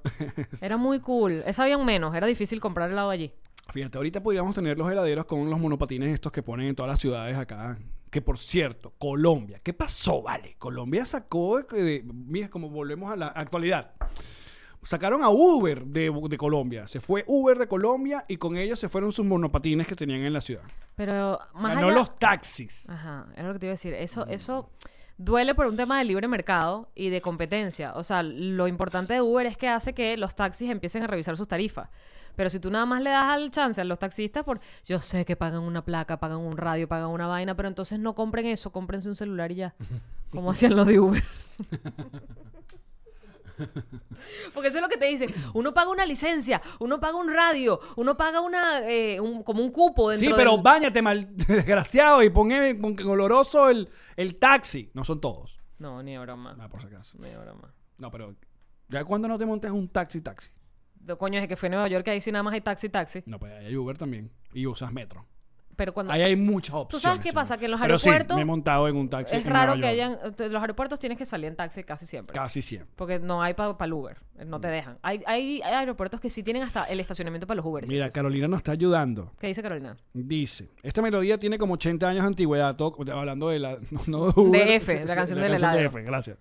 Speaker 2: Era muy cool. Ese había un menos, era difícil comprar helado allí.
Speaker 1: Fíjate, ahorita podríamos tener los heladeros con los monopatines estos que ponen en todas las ciudades acá. Que por cierto, Colombia, ¿qué pasó, vale? Colombia sacó, de- de- mira, como volvemos a la actualidad. Sacaron a Uber de, de Colombia. Se fue Uber de Colombia y con ellos se fueron sus monopatines que tenían en la ciudad.
Speaker 2: Pero más
Speaker 1: Ganó
Speaker 2: allá...
Speaker 1: los taxis.
Speaker 2: Ajá, era lo que te iba a decir.
Speaker 1: Mm.
Speaker 2: Eso, eso duele por un tema de libre mercado y de competencia. O sea, lo importante de Uber es que hace que los taxis empiecen a revisar sus tarifas. Pero si tú nada más le das al chance a los taxistas por, yo sé que pagan una placa, pagan un radio, pagan una vaina, pero entonces no compren eso, cómprense un celular
Speaker 1: *laughs*
Speaker 2: y ya. Como hacían los de Uber. Porque eso es lo que te dicen. Uno paga una licencia, uno paga un radio, uno paga una eh, un- como un cupo dentro
Speaker 1: Sí, pero
Speaker 2: del-
Speaker 1: báñate, mal *laughs* desgraciado, y pon el- pon oloroso el, el taxi. No son todos.
Speaker 2: No, ni de broma.
Speaker 1: Ah, por si acaso.
Speaker 2: Ni de broma.
Speaker 1: No, pero ¿ya cuando no te montas un taxi, taxi?
Speaker 2: Do- Coño, es que fui a Nueva York que ahí sí nada más hay taxi, taxi.
Speaker 1: No, pues ahí hay Uber también. Y usas metro.
Speaker 2: Pero cuando
Speaker 1: Ahí hay muchas opciones.
Speaker 2: ¿Tú sabes qué pasa? Que en los
Speaker 1: Pero sí,
Speaker 2: aeropuertos
Speaker 1: me he montado en un taxi.
Speaker 2: es
Speaker 1: en
Speaker 2: raro
Speaker 1: Nueva
Speaker 2: que
Speaker 1: York.
Speaker 2: hayan... te- Los aeropuertos tienes que salir en taxi casi siempre.
Speaker 1: Casi siempre.
Speaker 2: Porque no hay para el Uber. eh,
Speaker 1: Mm.
Speaker 2: No te dejan. Hay, hay, hay aeropuertos que sí tienen hasta el estacionamiento para los Uber.
Speaker 1: Mira, Carolina nos está ayudando.
Speaker 2: ¿Qué dice Carolina?
Speaker 1: Dice, esta melodía tiene como 80 años de antigüedad, todo- hablando de la... *laughs* No, no de Uber.
Speaker 2: De F, la canción del
Speaker 1: de
Speaker 2: heladero.
Speaker 1: F, gracias.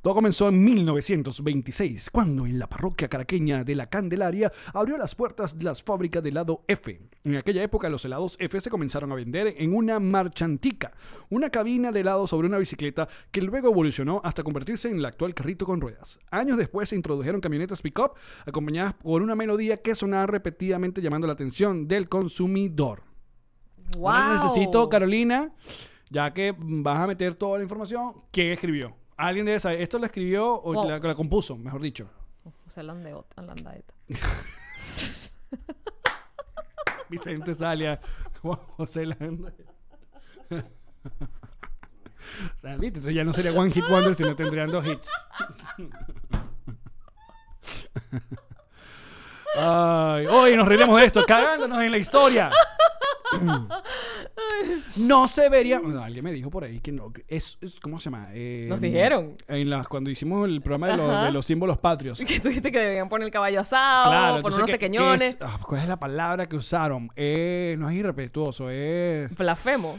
Speaker 1: Todo comenzó en 1926, cuando en la parroquia caraqueña de La Candelaria abrió las puertas de las fábricas de helado F. En aquella época los helados F se comenzaron a vender en una marchantica, una cabina de helado sobre una bicicleta que luego evolucionó hasta convertirse en el actual carrito con ruedas. Años después se introdujeron camionetas pick-up acompañadas por una melodía que sonaba repetidamente llamando la atención del consumidor.
Speaker 2: ¡Wow!
Speaker 1: Ahora necesito, Carolina, ya que vas a meter toda la información, ¿quién escribió? Alguien debe saber. ¿Esto la escribió o
Speaker 2: Wow.
Speaker 1: la, la compuso, mejor dicho?
Speaker 2: José Landeota, Landaeta. *laughs*
Speaker 1: Vicente Salia, Juan José Landa. O sea, ¿viste? Entonces ya no sería One Hit Wonder, sino tendrían dos hits. Ay, hoy nos reiremos de esto, cagándonos en la historia. No se vería. no, alguien me dijo por ahí que no. que Es, es- ¿Cómo se llama? Eh,
Speaker 2: Nos dijeron.
Speaker 1: En las, cuando hicimos el programa de los,
Speaker 2: Ajá.
Speaker 1: de los símbolos patrios.
Speaker 2: Que tú dijiste que debían poner el caballo asado, poner
Speaker 1: entonces,
Speaker 2: unos
Speaker 1: ¿qué- qué
Speaker 2: pequeñones.
Speaker 1: es? Ah, ¿Cuál es la palabra que usaron? Eh, no es irrespetuoso, es
Speaker 2: Blasfemo.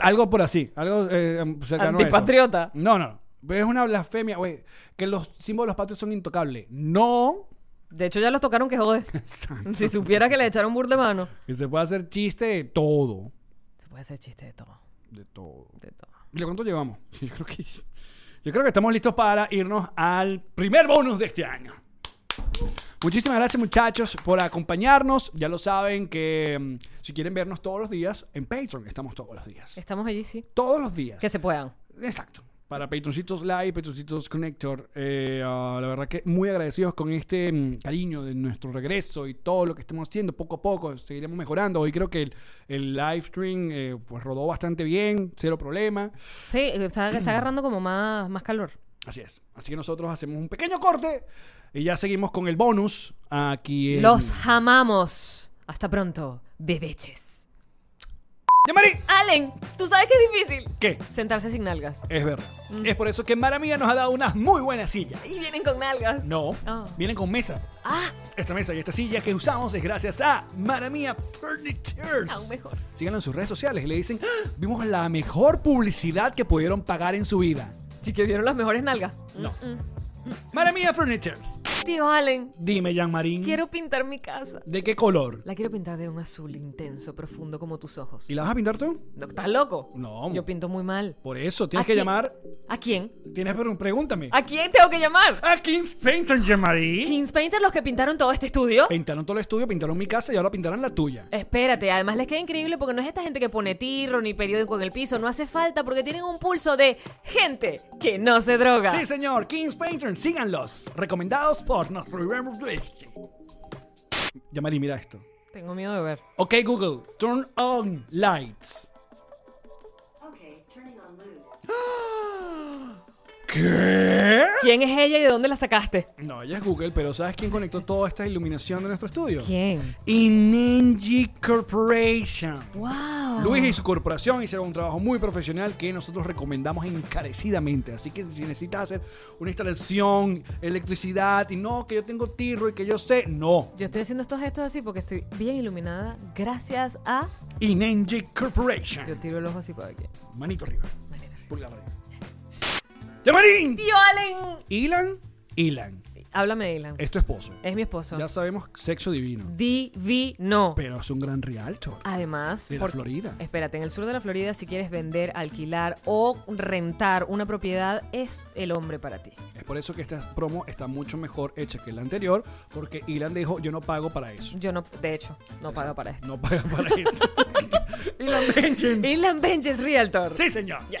Speaker 1: algo por así, algo eh, cercano a eso.
Speaker 2: Antipatriota.
Speaker 1: No, no, no. Pero es una blasfemia, güey. Que los símbolos patrios son intocables. No. *laughs*
Speaker 2: De hecho, ya los tocaron que jode. *laughs*
Speaker 1: Exacto.
Speaker 2: si supiera que le echaron bur de mano.
Speaker 1: Y se puede hacer chiste de todo.
Speaker 2: Se puede hacer chiste de todo.
Speaker 1: De todo.
Speaker 2: De todo.
Speaker 1: ¿Y cuánto llevamos? *laughs* Yo creo que. Yo creo que estamos listos para irnos al primer bonus de este año. Muchísimas gracias muchachos por acompañarnos. Ya lo saben que mm, si quieren vernos todos los días, en Patreon estamos todos los días.
Speaker 2: Estamos allí, sí.
Speaker 1: Todos los días.
Speaker 2: Que se puedan.
Speaker 1: Exacto. Para Patroncitos Live, Patroncitos Connector, eh, ah, la verdad que muy agradecidos con este mm, cariño de nuestro regreso y todo lo que estamos haciendo poco a poco, seguiremos mejorando. Hoy creo que el, el live stream eh, pues rodó bastante bien, cero problema.
Speaker 2: Sí, está, está agarrando como más, más calor.
Speaker 1: Así es. Así que nosotros hacemos un pequeño corte y ya seguimos con el bonus aquí en...
Speaker 2: Los amamos. Hasta pronto, bebeches.
Speaker 1: ¡Yamari!
Speaker 2: Allen, tú sabes que es difícil.
Speaker 1: ¿Qué?
Speaker 2: Sentarse sin nalgas.
Speaker 1: Es verdad.
Speaker 2: Mm.
Speaker 1: Es por eso que Maravilla nos ha dado unas muy buenas sillas.
Speaker 2: Y vienen con nalgas.
Speaker 1: No,
Speaker 2: Ah.
Speaker 1: vienen con mesa.
Speaker 2: Ah,
Speaker 1: Esta mesa y esta silla que usamos es gracias a Maramía Furnitures.
Speaker 2: aún mejor.
Speaker 1: Síganlo en sus redes sociales y le dicen, "Ah, vimos la mejor publicidad que pudieron pagar en su vida.
Speaker 2: Sí que vieron las mejores nalgas.
Speaker 1: No.
Speaker 2: mm,
Speaker 1: Maramía Furnitures.
Speaker 2: Tío Allen,
Speaker 1: Dime, Jean Marín.
Speaker 2: quiero pintar mi casa.
Speaker 1: ¿De qué color?
Speaker 2: La quiero pintar de un azul intenso, profundo como tus ojos.
Speaker 1: ¿Y la vas a pintar tú?
Speaker 2: No, ¿Estás loco?
Speaker 1: No.
Speaker 2: Yo pinto muy mal.
Speaker 1: Por eso,
Speaker 2: ¿A
Speaker 1: tienes que
Speaker 2: quién?
Speaker 1: llamar.
Speaker 2: ¿A quién?
Speaker 1: Tienes pero pregúntame.
Speaker 2: ¿A quién tengo que llamar?
Speaker 1: A Kings Painter, Jean Marín.
Speaker 2: Kings Painter, los que pintaron todo este estudio.
Speaker 1: Pintaron todo el estudio, pintaron mi casa y ahora pintarán la tuya.
Speaker 2: Espérate, además les queda increíble porque no es esta gente que pone tirro ni periódico en el piso, no hace falta porque tienen un pulso de gente que no se droga.
Speaker 1: Sí, señor, Kings Painter, síganlos. Recomendados por nos Remember Christie. Jean Marín, mira esto.
Speaker 2: Tengo miedo de ver.
Speaker 1: Ok, Google, turn on lights. *gasps* ¿Qué?
Speaker 2: ¿Quién es ella y de dónde la sacaste?
Speaker 1: No, ella es Google, pero ¿sabes quién conectó toda esta iluminación de nuestro estudio?
Speaker 2: ¿Quién?
Speaker 1: Inenji Corporation.
Speaker 2: ¡Wow!
Speaker 1: Luis y su corporación hicieron un trabajo muy profesional que nosotros recomendamos encarecidamente. Así que si necesitas hacer una instalación, electricidad y no, que yo tengo tirro y que yo sé, no.
Speaker 2: Yo estoy haciendo estos gestos así porque estoy bien iluminada gracias a...
Speaker 1: Inenji
Speaker 2: Yo
Speaker 1: Corporation.
Speaker 2: tiro el ojo así para aquí.
Speaker 1: Manito arriba,
Speaker 2: Manito.
Speaker 1: pulgar arriba. ¡Llamarín!
Speaker 2: ¡Tío Allen!
Speaker 1: Ilan, Ilan,
Speaker 2: Háblame, Dylan.
Speaker 1: es tu esposo.
Speaker 2: Es mi esposo.
Speaker 1: Ya sabemos, sexo
Speaker 2: Mm.
Speaker 1: divino.
Speaker 2: Divino.
Speaker 1: Pero es un gran realtor.
Speaker 2: Además,
Speaker 1: De la
Speaker 2: Ah, por-
Speaker 1: Florida.
Speaker 2: espérate, en el sur de la Florida, si quieres vender, alquilar o rentar una propiedad, es el hombre para ti.
Speaker 1: Es por eso que esta promo está mucho mejor hecha que la anterior, porque Ilan dijo, yo no pago para eso.
Speaker 2: Yo no, de hecho, no pago para esto.
Speaker 1: No paga para eso. *laughs* Ilan Benjen.
Speaker 2: Island Bench es Realtor.
Speaker 1: Sí, señor.
Speaker 2: Yes.